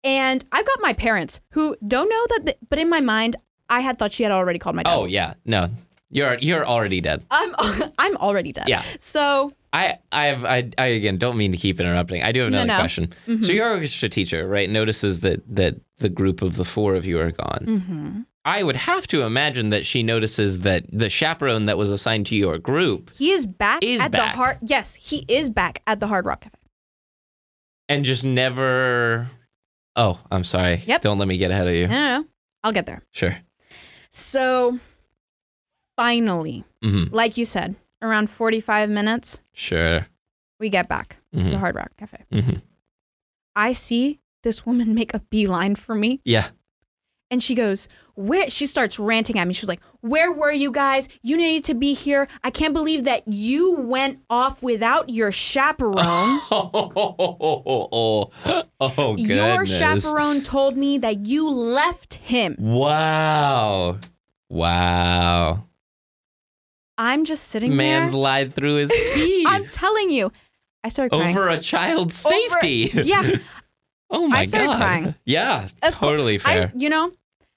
S4: and I've got my parents who don't know that, th- but in my mind, I had thought she had already called my dad.
S3: Oh, yeah. No. You're you're already dead.
S4: I'm I'm already dead.
S3: Yeah.
S4: So
S3: I I've I, I again don't mean to keep interrupting. I do have
S4: No,
S3: another
S4: no. Mm-hmm.
S3: question. So your orchestra teacher, right, notices that that the group of the four of you are gone.
S4: Mm-hmm.
S3: I would have to imagine that she notices that the chaperone that was assigned to your group
S4: he is back
S3: Is
S4: at
S3: back.
S4: the hard. Yes, he is back at the Hard Rock Cafe.
S3: and just never. Oh, I'm sorry.
S4: Yep.
S3: Don't let me get ahead of you.
S4: No, no, no. I'll get there.
S3: Sure.
S4: So finally,
S3: hmm
S4: like you said, around 45 minutes,
S3: Sure.
S4: we get back to
S3: Mhm.
S4: Hard Rock Cafe.
S3: Mhm.
S4: I see this woman make a beeline for me
S3: Yeah.
S4: and she goes, Where? She starts ranting at me. She's like, Where were you guys? You needed to be here. I can't believe that you went off without your chaperone.
S3: Oh, oh, oh, oh, oh, oh
S4: your
S3: goodness.
S4: chaperone told me that you left him.
S3: Wow. Wow.
S4: I'm just sitting
S3: Man's
S4: there.
S3: lied through his teeth.
S4: I'm telling you. I started crying.
S3: over a child's
S4: over-
S3: safety.
S4: yeah.
S3: Oh my
S4: I started
S3: god.
S4: crying.
S3: Yeah,
S4: Of cour-
S3: totally fair.
S4: I, you know,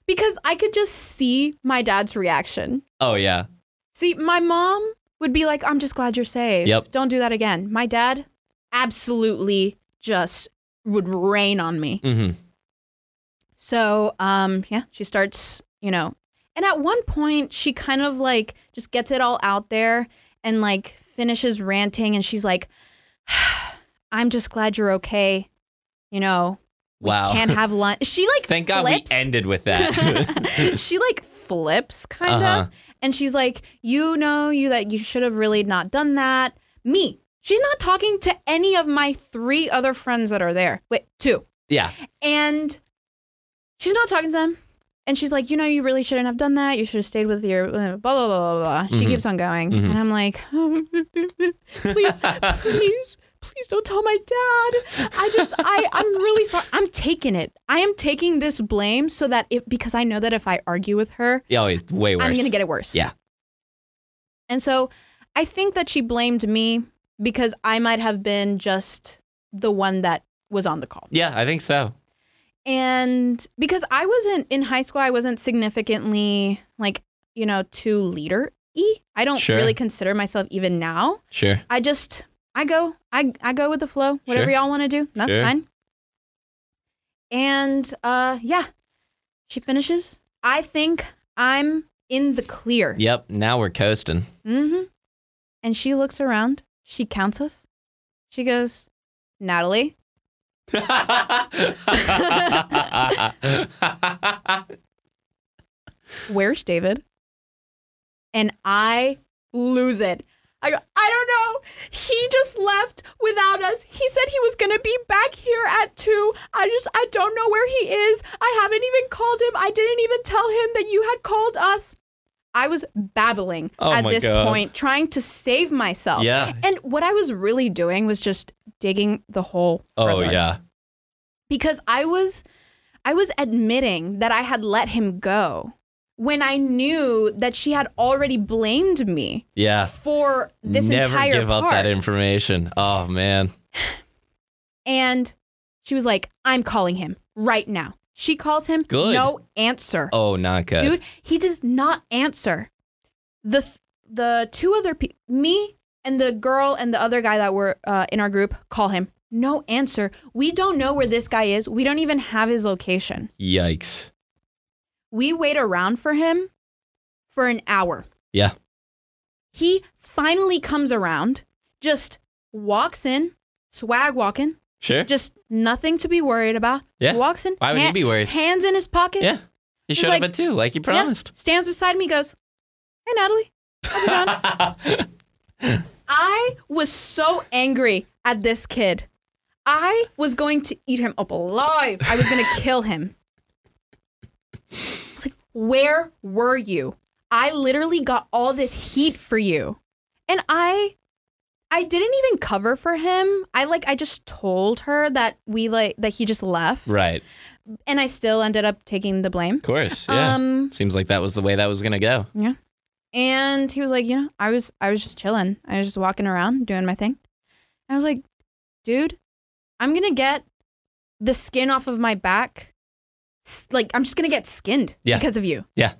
S4: because I could just see my dad's reaction.
S3: oh yeah.
S4: See, my mom would be like, I'm just glad you're safe.
S3: Yep.
S4: Don't do that again. My dad absolutely just would rain on me.
S3: hmm
S4: So, um, yeah, she starts, you know, and at one point she kind of like just gets it all out there and like finishes ranting and she's like, I'm just glad you're okay. You know,
S3: Wow.
S4: can't have lunch. She like
S3: Thank God
S4: flips.
S3: we ended with that.
S4: she like flips kind
S3: Uh-huh.
S4: of and she's like you know you that you should have really not done that me she's not talking to any of my three other friends that are there wait two
S3: yeah.
S4: and she's not talking to them and she's like you know you really shouldn't have done that you should have stayed with your blah blah blah blah blah she
S3: Mhm.
S4: keeps on going
S3: Mhm.
S4: and i'm like please please please don't tell my dad i just i i'm really sorry i'm taking it i am taking this blame so that if because i know that if i argue with her
S3: Yeah. wait, Way worse.
S4: i'm gonna get it worse
S3: Yeah.
S4: and so i think that she blamed me because i might have been just the one that was on the call
S3: yeah, I think so.
S4: and because I wasn't in high school, I wasn't significantly like you know too leader y. I don't
S3: Sure.
S4: really consider myself even now.
S3: Sure.
S4: I just I go I I go with the flow. Whatever
S3: Sure.
S4: y'all want to do, that's
S3: Sure.
S4: fine. And uh, yeah, she finishes. I think I'm in the clear.
S3: Yep. Now we're coasting.
S4: Mm-hmm. And she looks around. She counts us. She goes, Natalie,
S3: Oh,
S4: where's David? And I lose it. I go, I don't know. He just left without us. He said he was going to be back here at 2. I just, I don't know where he is. I haven't even called him. I didn't even tell him that you had called us. I was babbling
S3: Oh
S4: at
S3: my
S4: this
S3: God.
S4: point, trying to save myself.
S3: Yeah.
S4: And what I was really doing was just digging the hole.
S3: oh
S4: further.
S3: yeah.
S4: Because I was I was admitting that I had let him go when I knew that she had already blamed me
S3: Yeah.
S4: for this
S3: Never
S4: entire
S3: give
S4: part.
S3: up that information. Oh man.
S4: and she was like, "I'm calling him right now." She calls him.
S3: Good.
S4: No answer.
S3: Oh, not good.
S4: Dude, he does not answer. The th- the two other people, me and the girl and the other guy that were uh, in our group, call him. No answer. We don't know where this guy is. We don't even have his location.
S3: Yikes.
S4: We wait around for him for an hour.
S3: Yeah.
S4: He finally comes around, just walks in, swag walking,
S3: Sure.
S4: just nothing to be worried about.
S3: Yeah.
S4: Walks in.
S3: Why would you
S4: han-
S3: be worried?
S4: Hands in his pocket.
S3: Yeah. He
S4: He's
S3: showed
S4: like-
S3: up at two, like you
S4: Yeah.
S3: promised.
S4: Stands beside me, goes, Hey, Natalie. I was so angry at this kid. I was going to eat him up alive. I was going to kill him. It's like, where were you? I literally got all this heat for you. And I I didn't even cover for him. I like I just told her that we like that he just left.
S3: right.
S4: And I still ended up taking the blame.
S3: Of course. Yeah.
S4: Um
S3: Seems like that was the way that was gonna go.
S4: And he was like, you know, I was I was just chilling. I was just walking around doing my thing. I was like, dude, I'm gonna get the skin off of my back. S- Like I'm just gonna get skinned
S3: Yeah.
S4: because of you.
S3: Yeah.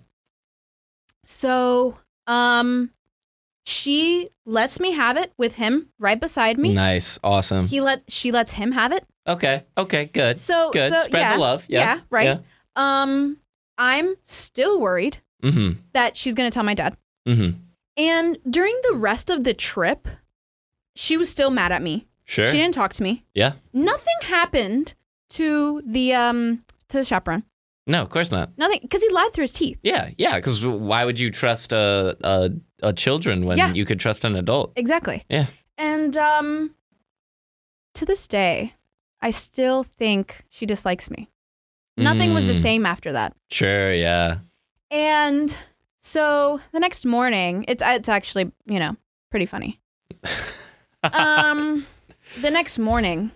S4: So, um, she lets me have it with him right beside me.
S3: Nice. Awesome.
S4: He let she lets him have it.
S3: okay. Okay. Good.
S4: So
S3: good.
S4: so,
S3: Spread
S4: yeah,
S3: the love. Yeah.
S4: yeah, right. Um, I'm still worried
S3: Mm-hmm.
S4: that she's gonna tell my dad.
S3: Mm-hmm.
S4: And during the rest of the trip, she was still mad at me.
S3: Sure.
S4: She didn't talk to me.
S3: Yeah.
S4: Nothing happened to the um to the chaperone.
S3: No, of course not.
S4: Nothing because he lied through his teeth.
S3: Yeah, yeah. Because why would you trust a a, a children when
S4: Yeah.
S3: you could trust an adult?
S4: Exactly.
S3: Yeah.
S4: And um to this day, I still think she dislikes me. Nothing was the
S3: Mm.
S4: same after that.
S3: Sure. Yeah.
S4: And so the next morning, it's it's actually, you know, pretty funny. um the next morning,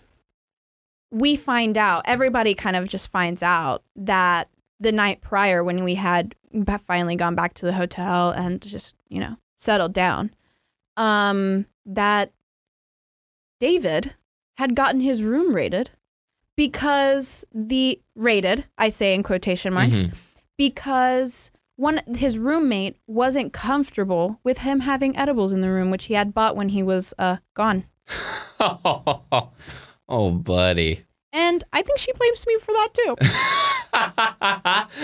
S4: we find out, everybody kind of just finds out that the night prior when we had b- finally gone back to the hotel and just, you know, settled down, um that David had gotten his room raided because the rated, I say in quotation marks, because one his roommate wasn't comfortable with him having edibles in the room, which he had bought when he was uh, gone.
S3: oh, buddy.
S4: And I think she blames me for that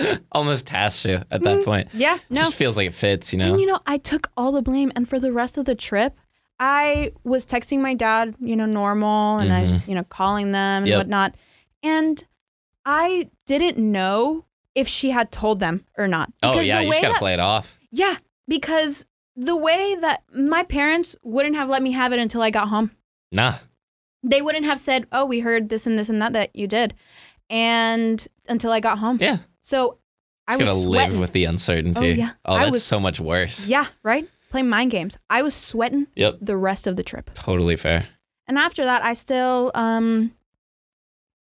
S4: too.
S3: Almost has to at that point.
S4: yeah, Mm. no.
S3: Just feels like it fits, you know?
S4: And you know, I took all the blame. And for the rest of the trip, I was texting my dad, you know, normal, and I was, you know, calling them and
S3: Mm-hmm. Yep.
S4: whatnot. And I didn't know if she had told them or not.
S3: oh,
S4: Because
S3: yeah.
S4: the
S3: You just
S4: way
S3: got to
S4: that-
S3: play it off.
S4: Yeah, because the way that my parents wouldn't have let me have it until I got home
S3: Nah.
S4: they wouldn't have said, "Oh, we heard this and this and that that you did," and until I got home.
S3: Yeah.
S4: So I
S3: Just
S4: was
S3: got to live
S4: sweating.
S3: with the uncertainty.
S4: Oh, yeah.
S3: Oh,
S4: I
S3: that's
S4: was-
S3: so much worse.
S4: yeah, right. Playing mind games. I was sweating
S3: Yep.
S4: the rest of the trip,
S3: Totally fair.
S4: and after that, I still, um,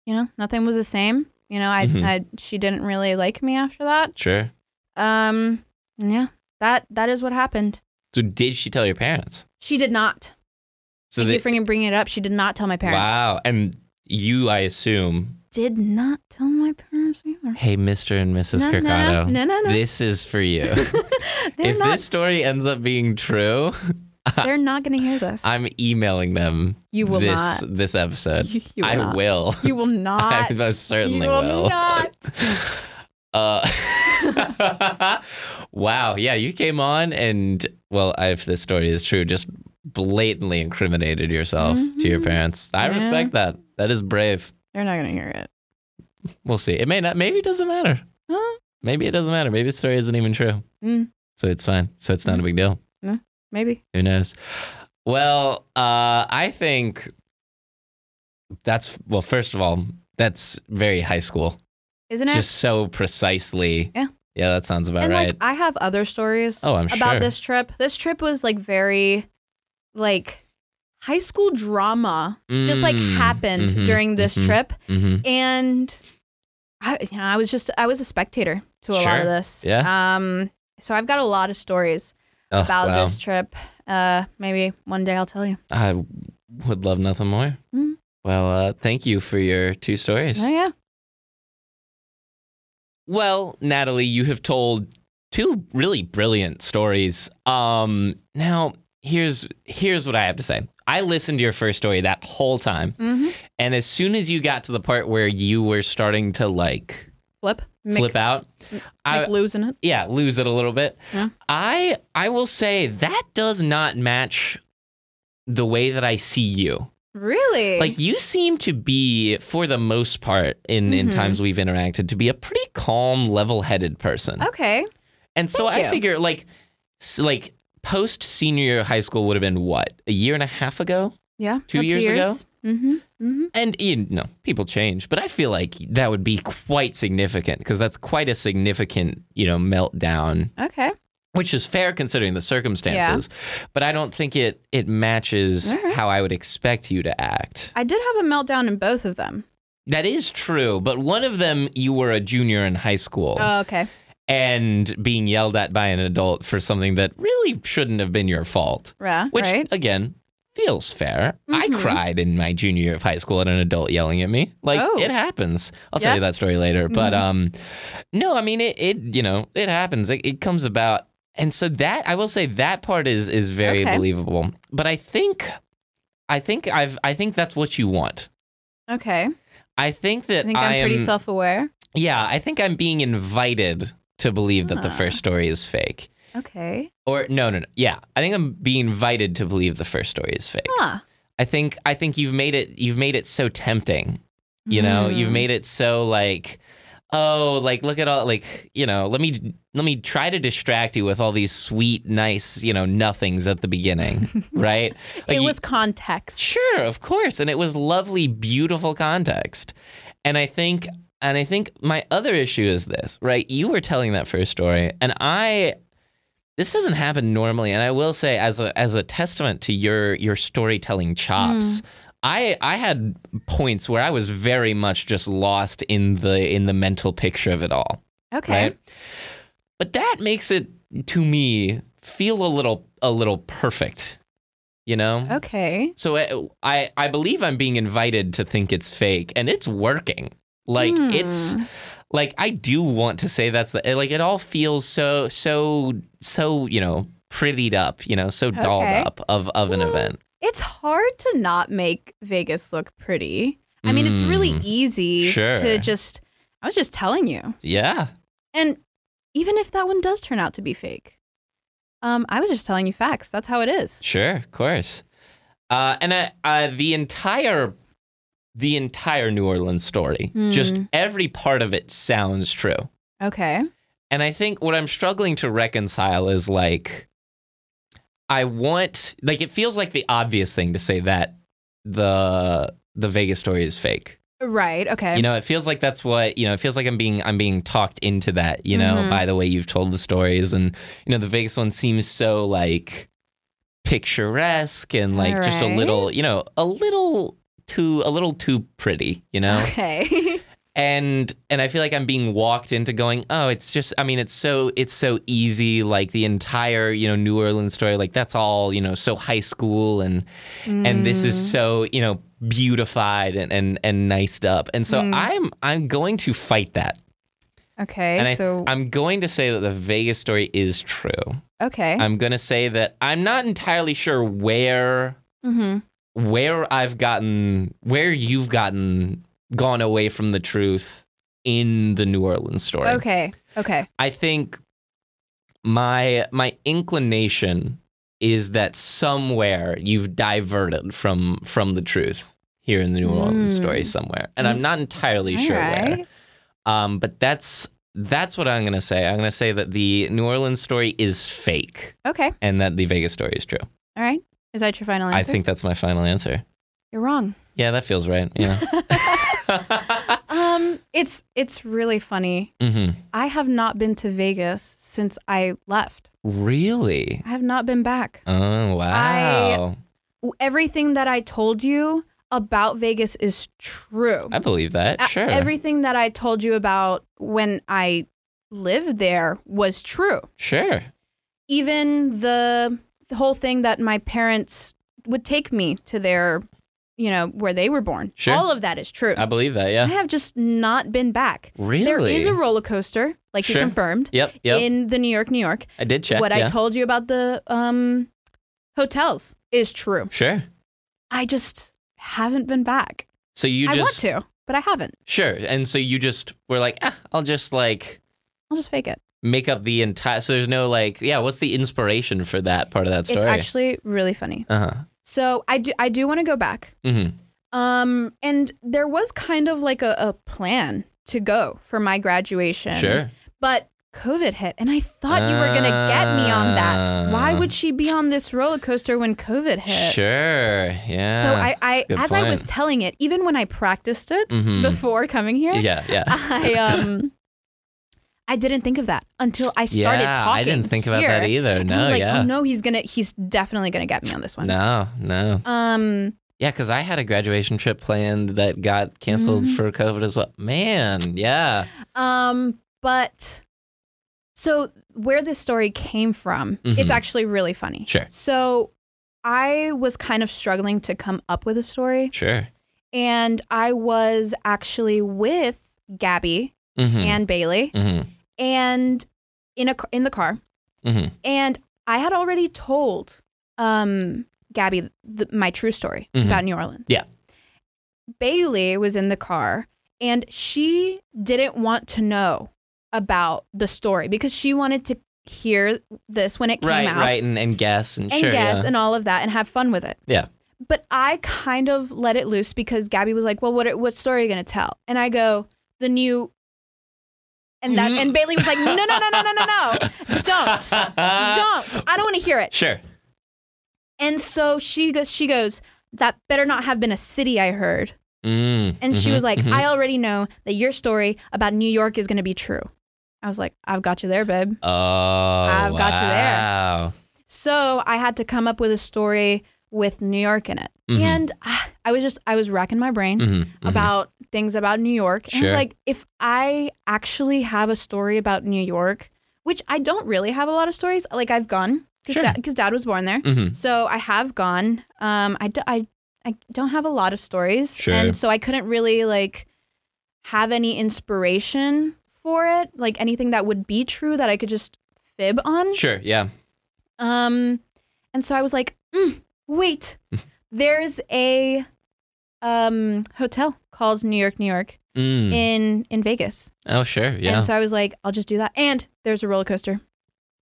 S4: you know, nothing was the same. You know, I,
S3: Mhm.
S4: I, she didn't really like me after that.
S3: Sure.
S4: Um, yeah, that that is what happened.
S3: So, did she tell your parents?
S4: She did not.
S3: So
S4: if
S3: they-
S4: you freaking bring it up, she did not tell my parents.
S3: Wow. And you, I assume,
S4: Did not tell my parents either.
S3: hey, Mr. and Mrs.
S4: No, no, no,
S3: Kirkado,
S4: no, no, no.
S3: this is for you.
S4: They're
S3: if
S4: not.
S3: this story ends up being true,
S4: they're not gonna hear this.
S3: I'm emailing them
S4: You will
S3: this this episode.
S4: You- you will
S3: I
S4: not.
S3: will.
S4: You will not.
S3: I most certainly
S4: you will.
S3: will.
S4: not.
S3: Uh, wow. Yeah, you came on and well, if this story is true, just blatantly incriminated yourself to your parents. I
S4: Mm-hmm. Yeah.
S3: respect that. That is brave.
S4: They're not gonna hear it.
S3: We'll see. It may not. Maybe it doesn't matter.
S4: Huh?
S3: Maybe it doesn't matter. Maybe the story isn't even true.
S4: Mm.
S3: So it's fine. So it's not a big deal.
S4: Maybe.
S3: Who knows? Well, uh, I think that's well. First of all, that's very high school.
S4: Isn't
S3: It's
S4: it?
S3: just so precisely.
S4: Yeah.
S3: Yeah, that sounds about
S4: and
S3: right.
S4: like I have other stories
S3: Oh, I'm
S4: about
S3: sure.
S4: this trip. This trip was like very like high school drama just like
S3: Mm,
S4: happened
S3: mhm,
S4: during this
S3: mhm,
S4: trip
S3: hmm
S4: and I you know, I was just I was a spectator to a lot
S3: Sure.
S4: of this.
S3: Yeah.
S4: Um so I've got a lot of stories
S3: Oh,
S4: about
S3: wow.
S4: this trip. Uh maybe one day I'll tell you.
S3: I would love nothing more.
S4: Mm.
S3: Well, uh, thank you for your two stories.
S4: Oh yeah.
S3: Well, Natalie, you have told two really brilliant stories. Um, now here's here's what I have to say. I listened to your first story that whole time,
S4: Mhm.
S3: and as soon as you got to the part where you were starting to like
S4: Flip. Mick,
S3: flip out, I,
S4: Mick losing it.
S3: yeah, lose it a little bit.
S4: Yeah.
S3: I I will say that does not match the way that I see you.
S4: Really?
S3: Like you seem to be, for the most part, in in
S4: Mhm.
S3: times we've interacted, to be a pretty calm, level headed person.
S4: okay.
S3: And so
S4: Oh, Thank
S3: I
S4: you.
S3: figure, like, s- like post senior year of high school would have been what a year and a half ago.
S4: Yeah.
S3: Two years ago?
S4: Mm-hmm. Mm-hmm.
S3: And you know, people change, but I feel like that would be quite significant because that's quite a significant, you know, meltdown,
S4: Okay.
S3: which is fair considering the circumstances. But I don't think it it matches
S4: Alright.
S3: how I would expect you to act.
S4: I did have a meltdown in both of them.
S3: That is true, but one of them you were a junior in high school
S4: Oh, okay.
S3: and being yelled at by an adult for something that really shouldn't have been your fault.
S4: Yeah.
S3: which
S4: right.
S3: again feels fair.
S4: Mhm.
S3: I cried in my junior year of high school at an adult yelling at me. Like
S4: Oh.
S3: it happens. I'll tell
S4: Yeah. Mm-hmm.
S3: you that story later. But um, no, I mean it. It you know it happens. It, it comes about, and so that I will say that part is is very
S4: Okay.
S3: believable. But I think, I think I've I think that's what you want.
S4: Okay.
S3: I think that
S4: I think I'm
S3: I
S4: pretty
S3: am-
S4: self-aware.
S3: Yeah, I think I'm being invited to believe that the
S4: Ah.
S3: first story is fake.
S4: Okay.
S3: Or no, no, no. Yeah, I think I'm being invited to believe the first story is fake.
S4: Huh.
S3: I think I think you've made it you've made it so tempting. You know,
S4: Mm.
S3: you've made it so like oh, like look at all like, you know, let me let me try to distract you with all these sweet nice, you know, nothings at the beginning, right? Like,
S4: it
S3: you-
S4: was context.
S3: Sure, of course, and it was lovely beautiful context. And I think and I think my other issue is this, right? You were telling that first story and I this doesn't happen normally and i will say as a as a testament to your your storytelling chops I, I had points where I was very much just lost in the in the mental picture of it all,
S4: Okay.
S3: right? But that makes it to me feel a little a little perfect. you know?
S4: Okay.
S3: So I, I I believe I'm being invited to think it's fake, and it's working. Like
S4: Hmm.
S3: it's like I do want to say that's the, eh, like it all feels so so so you know prettied up, you know, so dolled
S4: Okay.
S3: up of of an
S4: Well,
S3: event.
S4: It's hard to not make Vegas look pretty. I mean, it's really
S3: Mm,
S4: easy
S3: sure.
S4: to just. I was just telling you.
S3: yeah.
S4: And even if that one does turn out to be fake, um, I was just telling you facts. That's how it is.
S3: Sure, of course. Uh, and uh, uh, the entire the entire New Orleans story, just
S4: Hmm.
S3: every part of it sounds true.
S4: Okay.
S3: And I think what I'm struggling to reconcile is like, I want like it feels like the obvious thing to say that the the Vegas story is fake.
S4: Right. Okay.
S3: You know, it feels like that's what you know. It feels like I'm being I'm being talked into that. You know,
S4: Mhm.
S3: by the way you've told the stories, and you know the Vegas one seems so like picturesque and like just a
S4: Alright.
S3: little you know a little too a little too pretty. You know,
S4: Okay.
S3: and and I feel like I'm being walked into going, oh, it's just I mean, it's so it's so easy, like the entire, you know, New Orleans story, like that's all, you know, so high school and and this
S4: Mm.
S3: is so, you know, beautified and and, and niced up. And so
S4: Mm.
S3: I'm I'm going to fight that.
S4: okay.
S3: and I,
S4: so
S3: I'm going to say that the Vegas story is true.
S4: okay.
S3: I'm gonna say that I'm not entirely sure where
S4: mm-hmm.
S3: where I've gotten, where you've gotten, gone away from the truth in the New Orleans story.
S4: Okay. Okay.
S3: I think my my inclination is that somewhere you've diverted from from the truth here in the New Orleans
S4: Mm.
S3: story somewhere, and I'm not entirely
S4: All
S3: sure where.
S4: right.
S3: Um, but that's that's what I'm gonna say. I'm gonna say that the New Orleans story is fake,
S4: Okay.
S3: and that the Vegas story is true.
S4: All right. Is that your final answer?
S3: I think that's my final answer.
S4: you're wrong.
S3: Yeah, that feels right. Yeah.
S4: Um, it's it's really funny.
S3: hmm
S4: I have not been to Vegas since I left.
S3: Really?
S4: I have not been back.
S3: Oh wow!
S4: Everything that I told you about Vegas is true.
S3: I, believe that.
S4: A-
S3: Sure.
S4: Everything that I told you about when I lived there was true.
S3: sure.
S4: Even the, the whole thing that my parents would take me to their, you know, where they were born.
S3: Sure.
S4: All of that is true.
S3: I believe that.
S4: I
S3: Yeah.
S4: have just not been back.
S3: Really?
S4: There is a roller coaster, like
S3: Sure.
S4: you confirmed,
S3: Yep. Yep.
S4: in the New York, New York.
S3: I did check.
S4: what
S3: yeah.
S4: I told you about the um, hotels is true.
S3: Sure.
S4: I just haven't been back.
S3: So you
S4: I
S3: just
S4: want to, but I haven't.
S3: sure, and so you just were like, ah, I'll just like
S4: I'll just fake it.
S3: make up the entire. So there's no like, yeah. What's the inspiration for that part of that
S4: It's
S3: story?
S4: actually really funny.
S3: uh huh.
S4: So I do I do want to go back.
S3: Mm-hmm.
S4: Um, and there was kind of like a, a plan to go for my graduation.
S3: Sure.
S4: But COVID hit, and I thought you were gonna get me on that. Why would she be on this roller coaster when COVID hit?
S3: Ah. Sure. Yeah.
S4: So I, I
S3: That's a good
S4: as I was
S3: point.
S4: telling it, even when I practiced it
S3: Mhm.
S4: before coming here,
S3: yeah. Yeah.
S4: I um I didn't think of that until I started
S3: yeah,
S4: talking.
S3: I didn't think about
S4: here.
S3: that either.
S4: And
S3: No.
S4: I was like,
S3: yeah.
S4: oh no, he's gonna he's definitely gonna get me on this one.
S3: no. No.
S4: Um
S3: Yeah, because I had a graduation trip planned that got canceled
S4: Mhm.
S3: for COVID as well. Man, yeah.
S4: um but so where this story came from,
S3: Mhm.
S4: it's actually really funny.
S3: Sure.
S4: So I was kind of struggling to come up with a story
S3: Sure.
S4: and I was actually with Gabby
S3: Mm-hmm.
S4: and Bailey
S3: mm-hmm.
S4: and in a ca- in the car
S3: Mhm.
S4: and I had already told um, Gabby the, my true story
S3: Mhm.
S4: about New Orleans.
S3: Yeah.
S4: Bailey was in the car and she didn't want to know about the story because she wanted to hear this when it came
S3: Right,
S4: out
S3: right, and, and guess and,
S4: and
S3: sure.
S4: guess
S3: yeah.
S4: and all of that and have fun with it.
S3: Yeah.
S4: But I kind of let it loose because Gabby was like, "Well, what what story are you going to tell?" And I go, "The new." And that
S3: Mhm.
S4: and Bailey was like, "No, no, no, no, no, no, no! Don't,
S3: Uh,
S4: don't! I don't want to hear it."
S3: Sure.
S4: And so she goes, she goes, "That better not have been a city I heard."
S3: Mm,
S4: And she
S3: mhm,
S4: was like,
S3: mhm.
S4: "I already know that your story about New York is going to be true." I was like, "I've got you there, babe."
S3: oh, I've
S4: got you there.
S3: wow.
S4: So I had to come up with a story with New York in it.
S3: Mhm.
S4: And ah, I was just, I was racking my brain
S3: Mhm, mhm.
S4: about things about New York. And I
S3: Sure.
S4: was like, if I actually have a story about New York, which I don't really have a lot of stories, like I've gone because
S3: Sure.
S4: dad was born there.
S3: Mm-hmm.
S2: Mhm.
S4: So I have gone. Um, I, d- I, I don't have a lot of stories.
S3: Sure.
S4: And so I couldn't really like have any inspiration for it, like anything that would be true that I could just fib on.
S3: Sure. Yeah.
S4: Um, and so I was like, mm, wait, there's a um hotel called New York, New York
S2: Mm.
S4: in in Vegas.
S2: Oh, sure. Yeah.
S4: And so I was like, I'll just do that. And there's a roller coaster.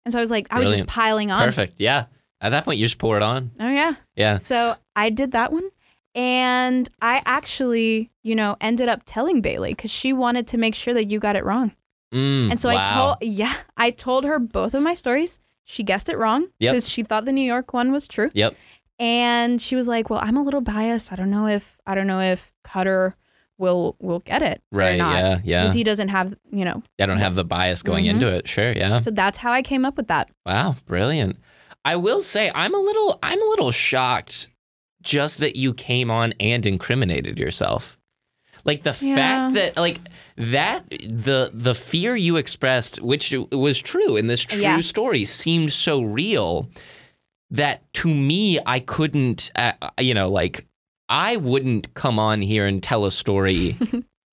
S4: And so I was like, I was
S2: Brilliant.
S4: just piling on.
S2: Perfect. Yeah. At that point, you just pour it on.
S4: Oh yeah.
S2: Yeah.
S4: So I did that one. And I actually, you know, ended up telling Bailey because she wanted to make sure that you got it wrong.
S2: Mm.
S4: And so I
S2: wow.
S4: told, yeah, I told her both of my stories. She guessed it wrong
S2: Yep.
S4: because she thought the New York one was true.
S2: Yep.
S4: And she was like, "Well, I'm a little biased. I don't know if I don't know if Cutter will will get it
S2: Right.
S4: or not
S2: Yeah. Yeah.
S4: because he doesn't have, you know."
S2: I don't have the bias going
S4: Mhm.
S2: into it. Sure. Yeah.
S4: So that's how I came up with that.
S2: Wow. Brilliant.
S3: I will say I'm a little I'm a little shocked just that you came on and incriminated yourself. Like the
S4: Yeah.
S3: fact that like that the the fear you expressed which was true in this true
S4: Yeah.
S3: story seemed so real that to me I couldn't uh, you know like I wouldn't come on here and tell a story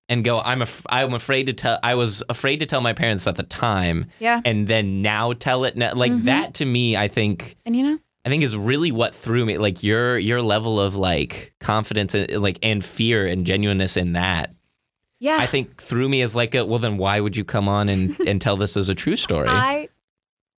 S3: and go I'm af- I'm afraid to tell I was afraid to tell my parents at the time
S4: Yeah.
S3: and then now tell it now. like
S4: Mhm.
S3: that to me I think
S4: And you know,
S3: I think is really what threw me. Like your your level of like confidence and like and fear and genuineness in that,
S4: yeah,
S3: I think threw me as like a well. Then why would you come on and and tell this as a true story?
S4: I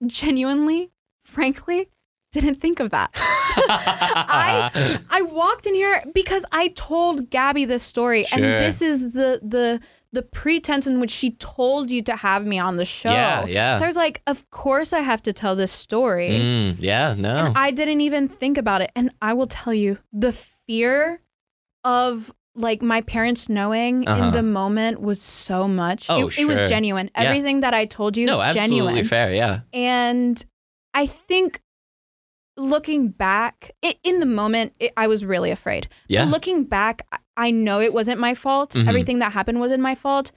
S4: genuinely, frankly, didn't think of that.
S3: Uh-huh.
S4: I I walked in here because I told Gabby this story, and
S3: Sure.
S4: this is the the the pretense in which she told you to have me on the show.
S3: Yeah, yeah.
S4: So I was like, of course I have to tell this story.
S3: Mm, yeah, no.
S4: And I didn't even think about it. And I will tell you, the fear of like my parents knowing
S3: Uh-huh.
S4: in the moment was so much.
S3: Oh,
S4: it, it was
S3: sure.
S4: genuine.
S3: Yeah.
S4: Everything that I told you,
S3: no, absolutely
S4: genuine.
S3: fair. Yeah,
S4: And I think looking back, i in the moment, it, I was really afraid.
S3: Yeah.
S4: But looking back, I- I know it wasn't my fault.
S3: Mhm.
S4: Everything that happened wasn't my fault.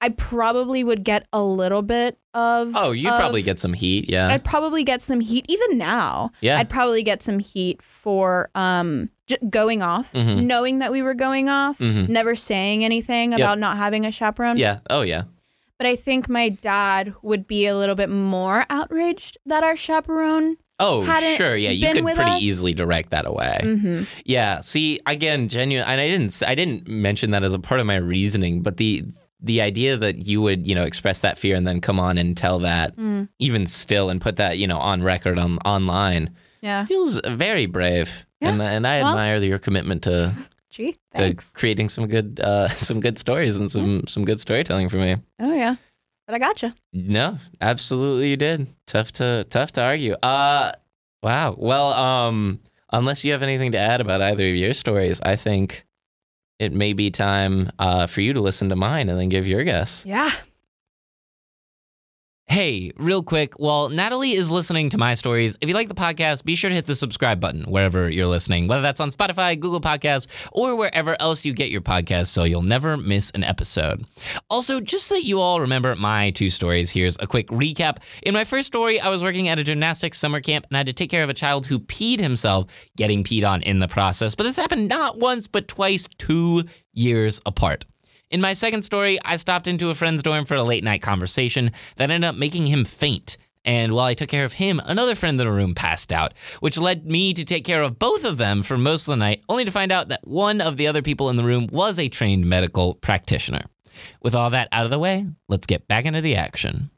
S4: I probably would get a little bit of.
S3: Oh, you
S4: of-
S3: probably get some heat. Yeah,
S4: I'd probably get some heat even now.
S3: Yeah.
S4: I'd probably get some heat for um j- going off,
S3: Mhm.
S4: knowing that we were going off,
S3: Mhm.
S4: never saying anything about not having a chaperone.
S3: yeah. Oh, yeah.
S4: But I think my dad would be a little bit more outraged that our chaperone.
S3: Oh,
S4: hadn't
S3: sure. Yeah, you
S4: been
S3: could
S4: with
S3: pretty
S4: us.
S3: easily direct that away.
S4: Mm-hmm.
S3: Yeah. See, again, genuine, and I didn't, I didn't mention that as a part of my reasoning, but the the idea that you would, you know, express that fear and then come on and tell that,
S4: Mm.
S3: even still, and put that, you know, on record on online
S4: Yeah.
S3: feels very brave,
S4: Yeah.
S3: and and I
S4: Well-
S3: admire your commitment to
S4: Gee.
S3: to
S4: Thanks.
S3: creating some good uh, some good stories and some some good storytelling for me.
S4: Oh yeah. But I gotcha.
S3: No, absolutely you did. Tough to tough to argue. Uh wow. Well, um unless you have anything to add about either of your stories, I think it may be time uh, for you to listen to mine and then give your guess.
S4: Yeah.
S2: Hey, real quick, while Natalie is listening to my stories, if you like the podcast, be sure to hit the subscribe button wherever you're listening, whether that's on Spotify, Google Podcasts, or wherever else you get your podcasts, so you'll never miss an episode. Also, just so that you all remember my two stories, here's a quick recap. In my first story, I was working at a gymnastics summer camp and had to take care of a child who peed himself, getting peed on in the process. But this happened not once, but twice, two years apart. In my second story, I stopped into a friend's dorm for a late night conversation that ended up making him faint. And while I took care of him, another friend in the room passed out, which led me to take care of both of them for most of the night, only to find out that one of the other people in the room was a trained medical practitioner. With all that out of the way, let's get back into the action.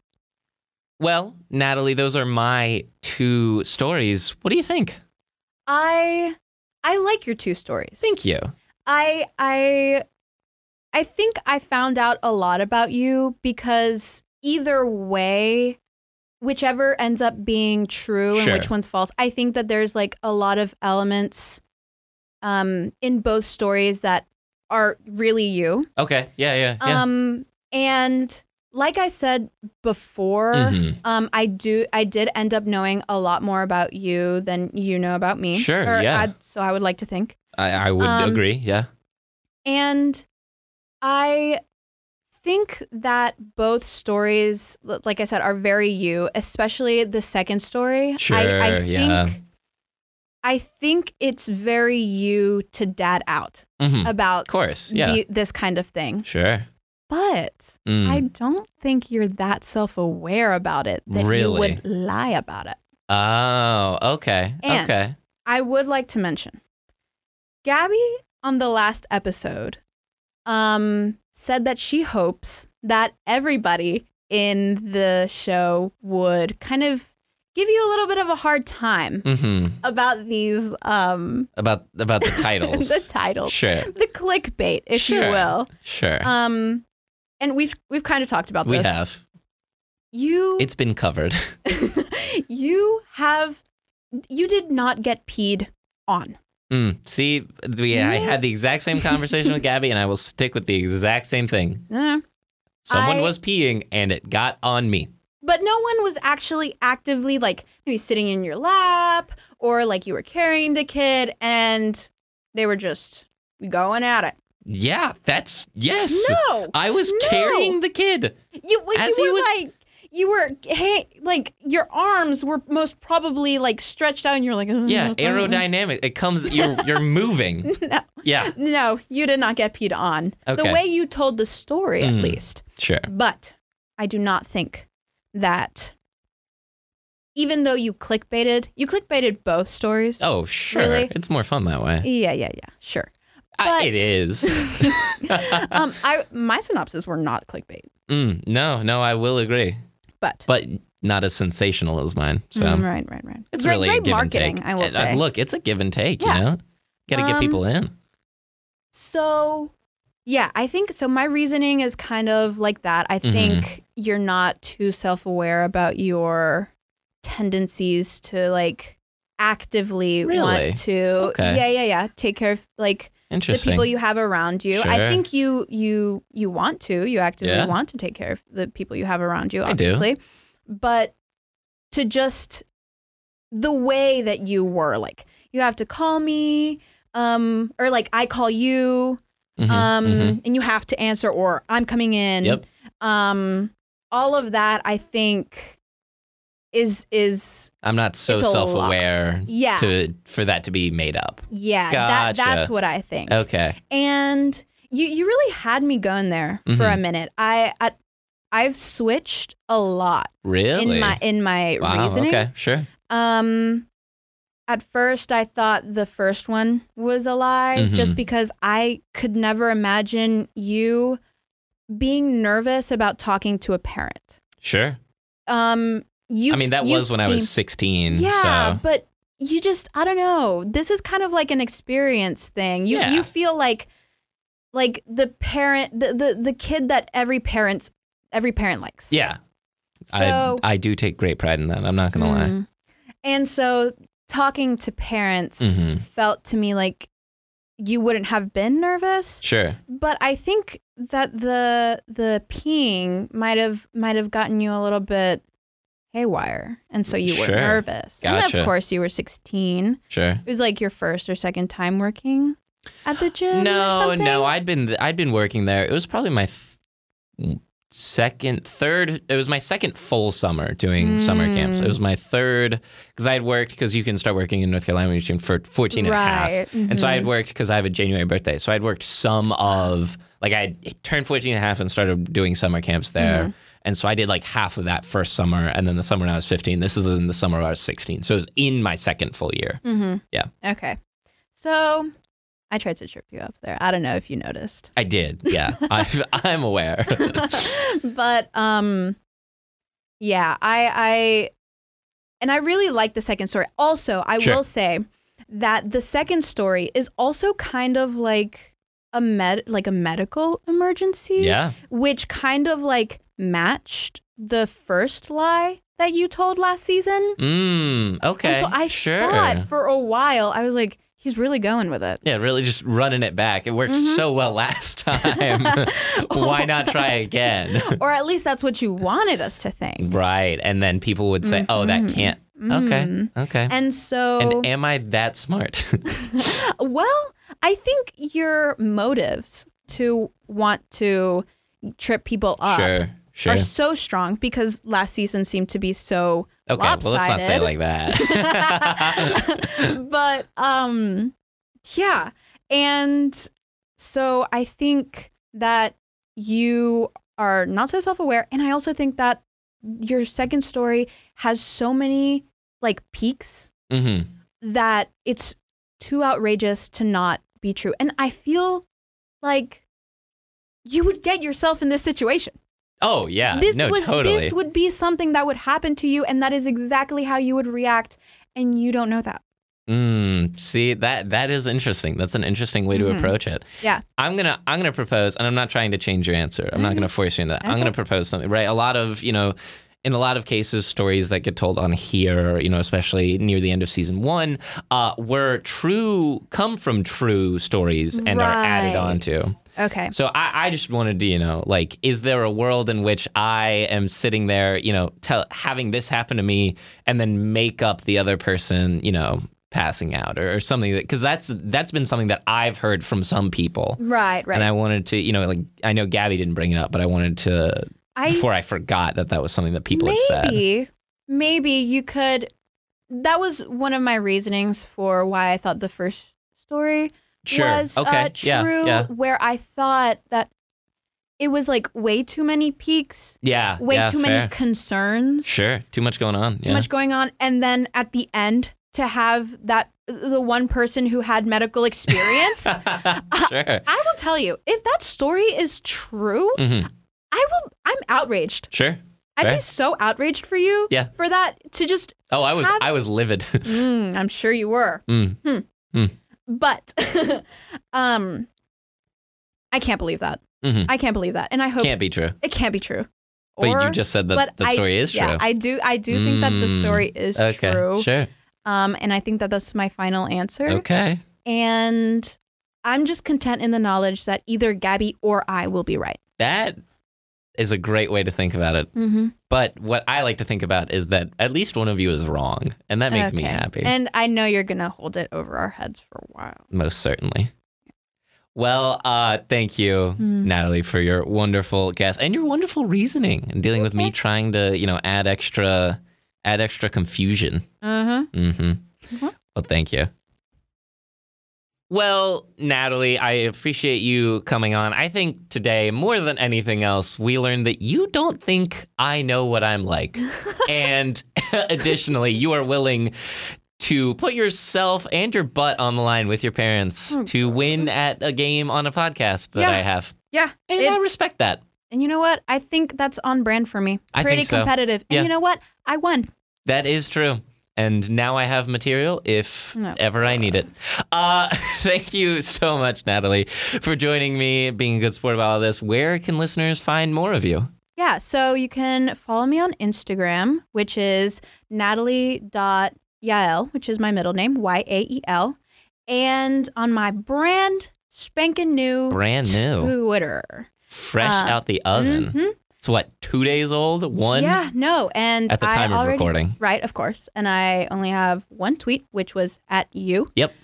S3: Well, Natalie, those are my two stories. What do you think?
S4: I I like your two stories.
S3: Thank you.
S4: I I I think I found out a lot about you because either way, whichever ends up being true
S3: Sure.
S4: and which one's false, I think that there's like a lot of elements um in both stories that are really you.
S3: Okay. Yeah, yeah, yeah.
S4: Um and like I said before,
S3: Mhm.
S4: um, I do. I did end up knowing a lot more about you than you know about me.
S3: Sure,
S4: Or
S3: yeah.
S4: I- so I would like to think
S3: I, I would
S4: um,
S3: agree. Yeah.
S4: and I think that both stories, l- like I said, are very you, especially the second story. I, I
S3: Sure,
S4: think,
S3: yeah.
S4: I think it's very you to dad out
S3: Mhm.
S4: about
S3: Of course. Yeah.
S4: uh, the- this kind of thing.
S3: sure.
S4: But
S3: Mm.
S4: I don't think you're that self aware about it that you
S3: Really?
S4: would lie about it.
S3: Oh, okay.
S4: And-
S3: okay.
S4: I would like to mention Gabby on the last episode um, said that she hopes that everybody in the show would kind of give you a little bit of a hard time
S3: hmm
S4: about these um,
S3: About about the titles.
S4: the titles,
S3: Sure.
S4: the clickbait, if you
S3: Sure.
S4: will.
S3: Sure.
S4: Um, and we've we've kind of talked about
S3: we
S4: this.
S3: have.
S4: You
S3: It's been covered.
S4: you have you did not get peed on.
S3: Mm. See, we, I had the exact same conversation with Gabby, and I will stick with the exact same thing.
S4: Eh.
S3: Someone
S4: I-
S3: was peeing, and it got on me.
S4: But no one was actually actively like maybe sitting in your lap or like you were carrying the kid and they were just going at it.
S3: Yeah, that's yes.
S4: No.
S3: I was
S4: No.
S3: carrying the kid.
S4: You, well,
S3: As
S4: you
S3: he
S4: were
S3: was-
S4: like you were hey, like your arms were most probably like stretched out and you're like "Ugh,
S3: Yeah,
S4: what's wrong with me?"
S3: aerodynamic. It comes. You're you're moving.
S4: Mm-hmm. No.
S3: Yeah.
S4: No, you did not get peed on. The
S3: Okay.
S4: way you told the story at
S3: Mm.
S4: least.
S3: Sure.
S4: But I do not think that even though you clickbaited, you clickbaited both stories.
S3: Oh, sure.
S4: Really?
S3: It's more fun that way.
S4: Yeah, yeah, yeah. Sure.
S3: I,
S4: But-
S3: it is.
S4: um, I my synopses were not clickbait,
S3: Mm, no, no, I will agree,
S4: but,
S3: but not as sensational as mine. So
S4: Mm, right, right, right.
S3: it's
S4: great,
S3: really
S4: great
S3: a give
S4: marketing.
S3: and take.
S4: I will
S3: And, uh,
S4: say.
S3: Look, it's a give and take.
S4: Yeah.
S3: You know, got to
S4: Um,
S3: get people in.
S4: so, yeah, I think so. My reasoning is kind of like that. I
S3: Mm-hmm.
S4: think you're not too self aware about your tendencies to like actively
S3: Really?
S4: want to
S3: Okay.
S4: yeah yeah yeah take care of like the
S3: Interesting.
S4: people you have around you i
S3: Sure.
S4: think you you you want to you actively
S3: Yeah.
S4: want to take care of the people you have around you
S3: I do.
S4: obviously but to just the way that you were like you have to call me um or like i call you
S3: Mhm,
S4: um
S3: mhm.
S4: and you have to answer or i'm coming in
S3: Yep.
S4: um all of that i think is is
S3: I'm not so
S4: it's a lot.
S3: self-aware
S4: yeah
S3: to for that to be made up.
S4: yeah that,
S3: Gotcha.
S4: that's what i think
S3: Okay.
S4: and you you really had me going there for
S3: Mm-hmm.
S4: a minute. I, I I've switched a lot
S3: Really?
S4: in my in my
S3: wow.
S4: reasoning.
S3: Okay. Sure.
S4: Um at first I thought the first one was a lie just
S3: Mhm.
S4: because I could never imagine you being nervous about talking to a parent.
S3: Sure.
S4: Um you
S3: I mean, that
S4: you
S3: was when I
S4: seem-
S3: was 16.
S4: yeah,
S3: So
S4: but you just I don't know. This is kind of like an experience thing. You
S3: Yeah.
S4: you feel like like the parent the, the the kid that every parent's every parent likes.
S3: yeah,
S4: So
S3: I I do take great pride in that. I'm not gonna lie.
S4: Mm. And so talking to parents
S3: Mhm.
S4: felt to me like you wouldn't have been nervous,
S3: Sure.
S4: but I think that the the peeing might have might have gotten you a little bit haywire, and so you were
S3: Sure.
S4: nervous. And
S3: Gotcha.
S4: of course, you were sixteen.
S3: Sure.
S4: It was like your first or second time working at the gym. or
S3: No,
S4: something?
S3: no, I'd been I'd been working there. It was probably my th- mm, second, third. It was my second full summer doing summer camps. It
S4: Mm.
S3: was my third because I had worked because you can start working in North Carolina when you're for 14 and a half.
S4: Right,
S3: And so I
S4: mhm.
S3: had worked because I have a January birthday. So I'd worked some of like I had turned 14 and a half and started doing summer camps there.
S4: Mm-hmm.
S3: And so I did like half of that first summer and then the summer when I was 15. This is in the summer when I was 16. So it was in my second full year.
S4: Mm-hmm.
S3: Yeah.
S4: Okay. So I tried to trip you up there. I don't know if you noticed,
S3: I did. Yeah. I've, I'm aware.
S4: but um, yeah, I I and I really like the second story. Also, I
S3: Sure.
S4: will say that the second story is also kind of like a med like a medical emergency.
S3: yeah.
S4: which kind of like matched the first lie that you told last season.
S3: Mm, okay.
S4: And so I
S3: sure.
S4: thought for a while, I was like, he's really going with it.
S3: yeah, really just running it back. It worked
S4: Mm-hmm.
S3: so well last time. Why not try again?
S4: or at least that's what you wanted us to think.
S3: right. And then people would
S4: Mm-hmm.
S3: say, oh, that can't.
S4: Mhm.
S3: Okay. Okay.
S4: And so,
S3: And am I that smart?
S4: well, I think your motives to want to trip people up
S3: Sure. Sure.
S4: are so strong because last season seemed to be so
S3: Okay,
S4: lopsided.
S3: well, let's not say it like that.
S4: but um yeah and so i think that you are not so self-aware and i also think that your second story has so many like peaks
S3: hmm
S4: that it's too outrageous to not be true and i feel like you would get yourself in this situation
S3: Oh yeah.
S4: this
S3: no,
S4: was
S3: totally.
S4: this would be something that would happen to you and that is exactly how you would react and you don't know that
S3: Mm, see that that is interesting. That's an interesting way to
S4: Mhm.
S3: approach it.
S4: Yeah.
S3: I'm gonna I'm gonna propose, and I'm not trying to change your answer. I'm not gonna force you into that. I'm
S4: Mm-hmm. Okay.
S3: gonna propose something. Right, a lot of you know, in a lot of cases, stories that get told on here, you know, especially near the end of season one, uh, were true, come from true stories, and are added
S4: Right.
S3: onto.
S4: okay
S3: So I, I just wanted to, you know, like, is there a world in which I am sitting there, you know, tell, having this happen to me and then make up the other person, you know, passing out or, or something that, cause that's, that's been something that I've heard from some people.
S4: Right, right.
S3: And I wanted to, you know, like, I know Gabby didn't bring it up, but I wanted to,
S4: I-
S3: before I forgot that that was something that people had said.
S4: maybe, maybe you could. That was one of my reasonings for why I thought the first story
S3: Sure.
S4: was
S3: okay.
S4: uh, true,
S3: Yeah. Yeah.
S4: where I thought that it was like way too many peaks,
S3: Yeah.
S4: way
S3: Ah, yeah,
S4: too
S3: fair.
S4: many concerns,
S3: Sure. Too much going on.
S4: too
S3: yeah.
S4: much going on, and then at the end to have that the one person who had medical experience. Uh,
S3: sure.
S4: I will tell you, if that story is true,
S3: hmm
S4: I will. I'm outraged.
S3: Sure.
S4: I'd
S3: Fair.
S4: be so outraged for you
S3: Yeah.
S4: for that to just
S3: Oh, I was,
S4: Have-
S3: I was livid.
S4: Mm, I'm sure you were.
S3: Mm.
S4: Hmm.
S3: Mm.
S4: But um I can't believe that.
S3: Mhm.
S4: I can't believe that. And I hope
S3: Can't be true.
S4: it can't be true.
S3: But
S4: Or-
S3: you just said that
S4: but
S3: the
S4: I-
S3: story is true.
S4: Yeah, I do I do think that the
S3: Mm.
S4: story is
S3: okay,
S4: true.
S3: sure.
S4: Um and I think that that's my final answer.
S3: Okay.
S4: And I'm just content in the knowledge that either Gabby or I will be right.
S3: That is a great way to think about it.
S4: Mm-hmm.
S3: But what I like to think about is that at least one of you is wrong, and that makes me happy,
S4: And I know you're gonna hold it over our heads for a while.
S3: most certainly. Well, uh, thank you,
S4: Mm.
S3: Natalie, for your wonderful guess and your wonderful reasoning and dealing with me
S4: Okay.
S3: trying to, you know, add extra, add extra confusion.
S4: Uh-huh.
S3: Mm-hmm.
S4: Mhm.
S3: Well, thank you. Well, Natalie, I appreciate you coming on. I think today, more than anything else, we learned that you don't think I know what I'm like. and additionally, you are willing to put yourself and your butt on the line with your parents
S4: Oh,
S3: to win at a game on a podcast that
S4: Yeah.
S3: I have.
S4: Yeah.
S3: And
S4: it-
S3: I respect that.
S4: And you know what? I think that's on brand for me.
S3: I
S4: Pretty
S3: think so.
S4: competitive.
S3: Yeah.
S4: And you know what? I won.
S3: That is true. And now I have material if
S4: No.
S3: ever I need it. Uh, thank you so much, Natalie, for joining me, being a good sport about all this. Where can listeners find more of you?
S4: Yeah, so you can follow me on Instagram, which is natalie.yael, which is my middle name, Y A E L, and on my brand spanking new
S3: Brand new,
S4: Twitter.
S3: fresh
S4: Uh,
S3: out the oven.
S4: Mhm.
S3: It's what, two days old? One?
S4: Yeah, no, and
S3: At the
S4: I
S3: time of
S4: already-
S3: recording.
S4: Right, of course. And I only have one tweet, which was at you.
S3: Yep.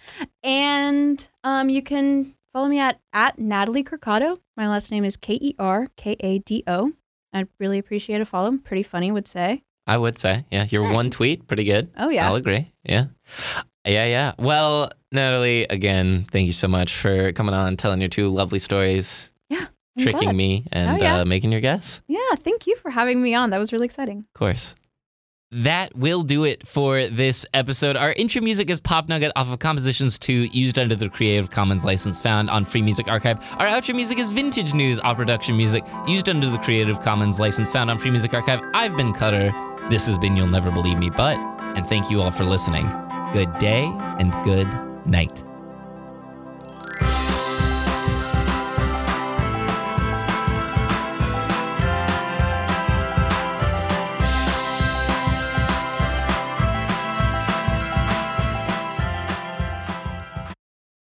S4: And um, you can follow me at, at Natalie Kercado. My last name is K E R K A D O. I'd really appreciate a follow. Pretty funny, would say.
S3: I would say. Yeah. Your one tweet, pretty good.
S4: Oh, yeah.
S3: I'll agree. Yeah. Yeah, yeah. Well, Natalie, again, thank you so much for coming on, telling your two lovely stories,
S4: I'm
S3: tricking
S4: glad.
S3: me, and
S4: Oh, yeah.
S3: uh, making your guess.
S4: Yeah, thank you for having me on. That was really exciting.
S3: Of course.
S2: That will do it for this episode. Our intro music is Pop Nugget off of Compositions 2, used under the Creative Commons license found on Free Music Archive. Our outro music is Vintage News off production music, used under the Creative Commons license found on Free Music Archive. I've been Cutter. This has been You'll Never Believe Me But, and thank you all for listening. Good day and good night.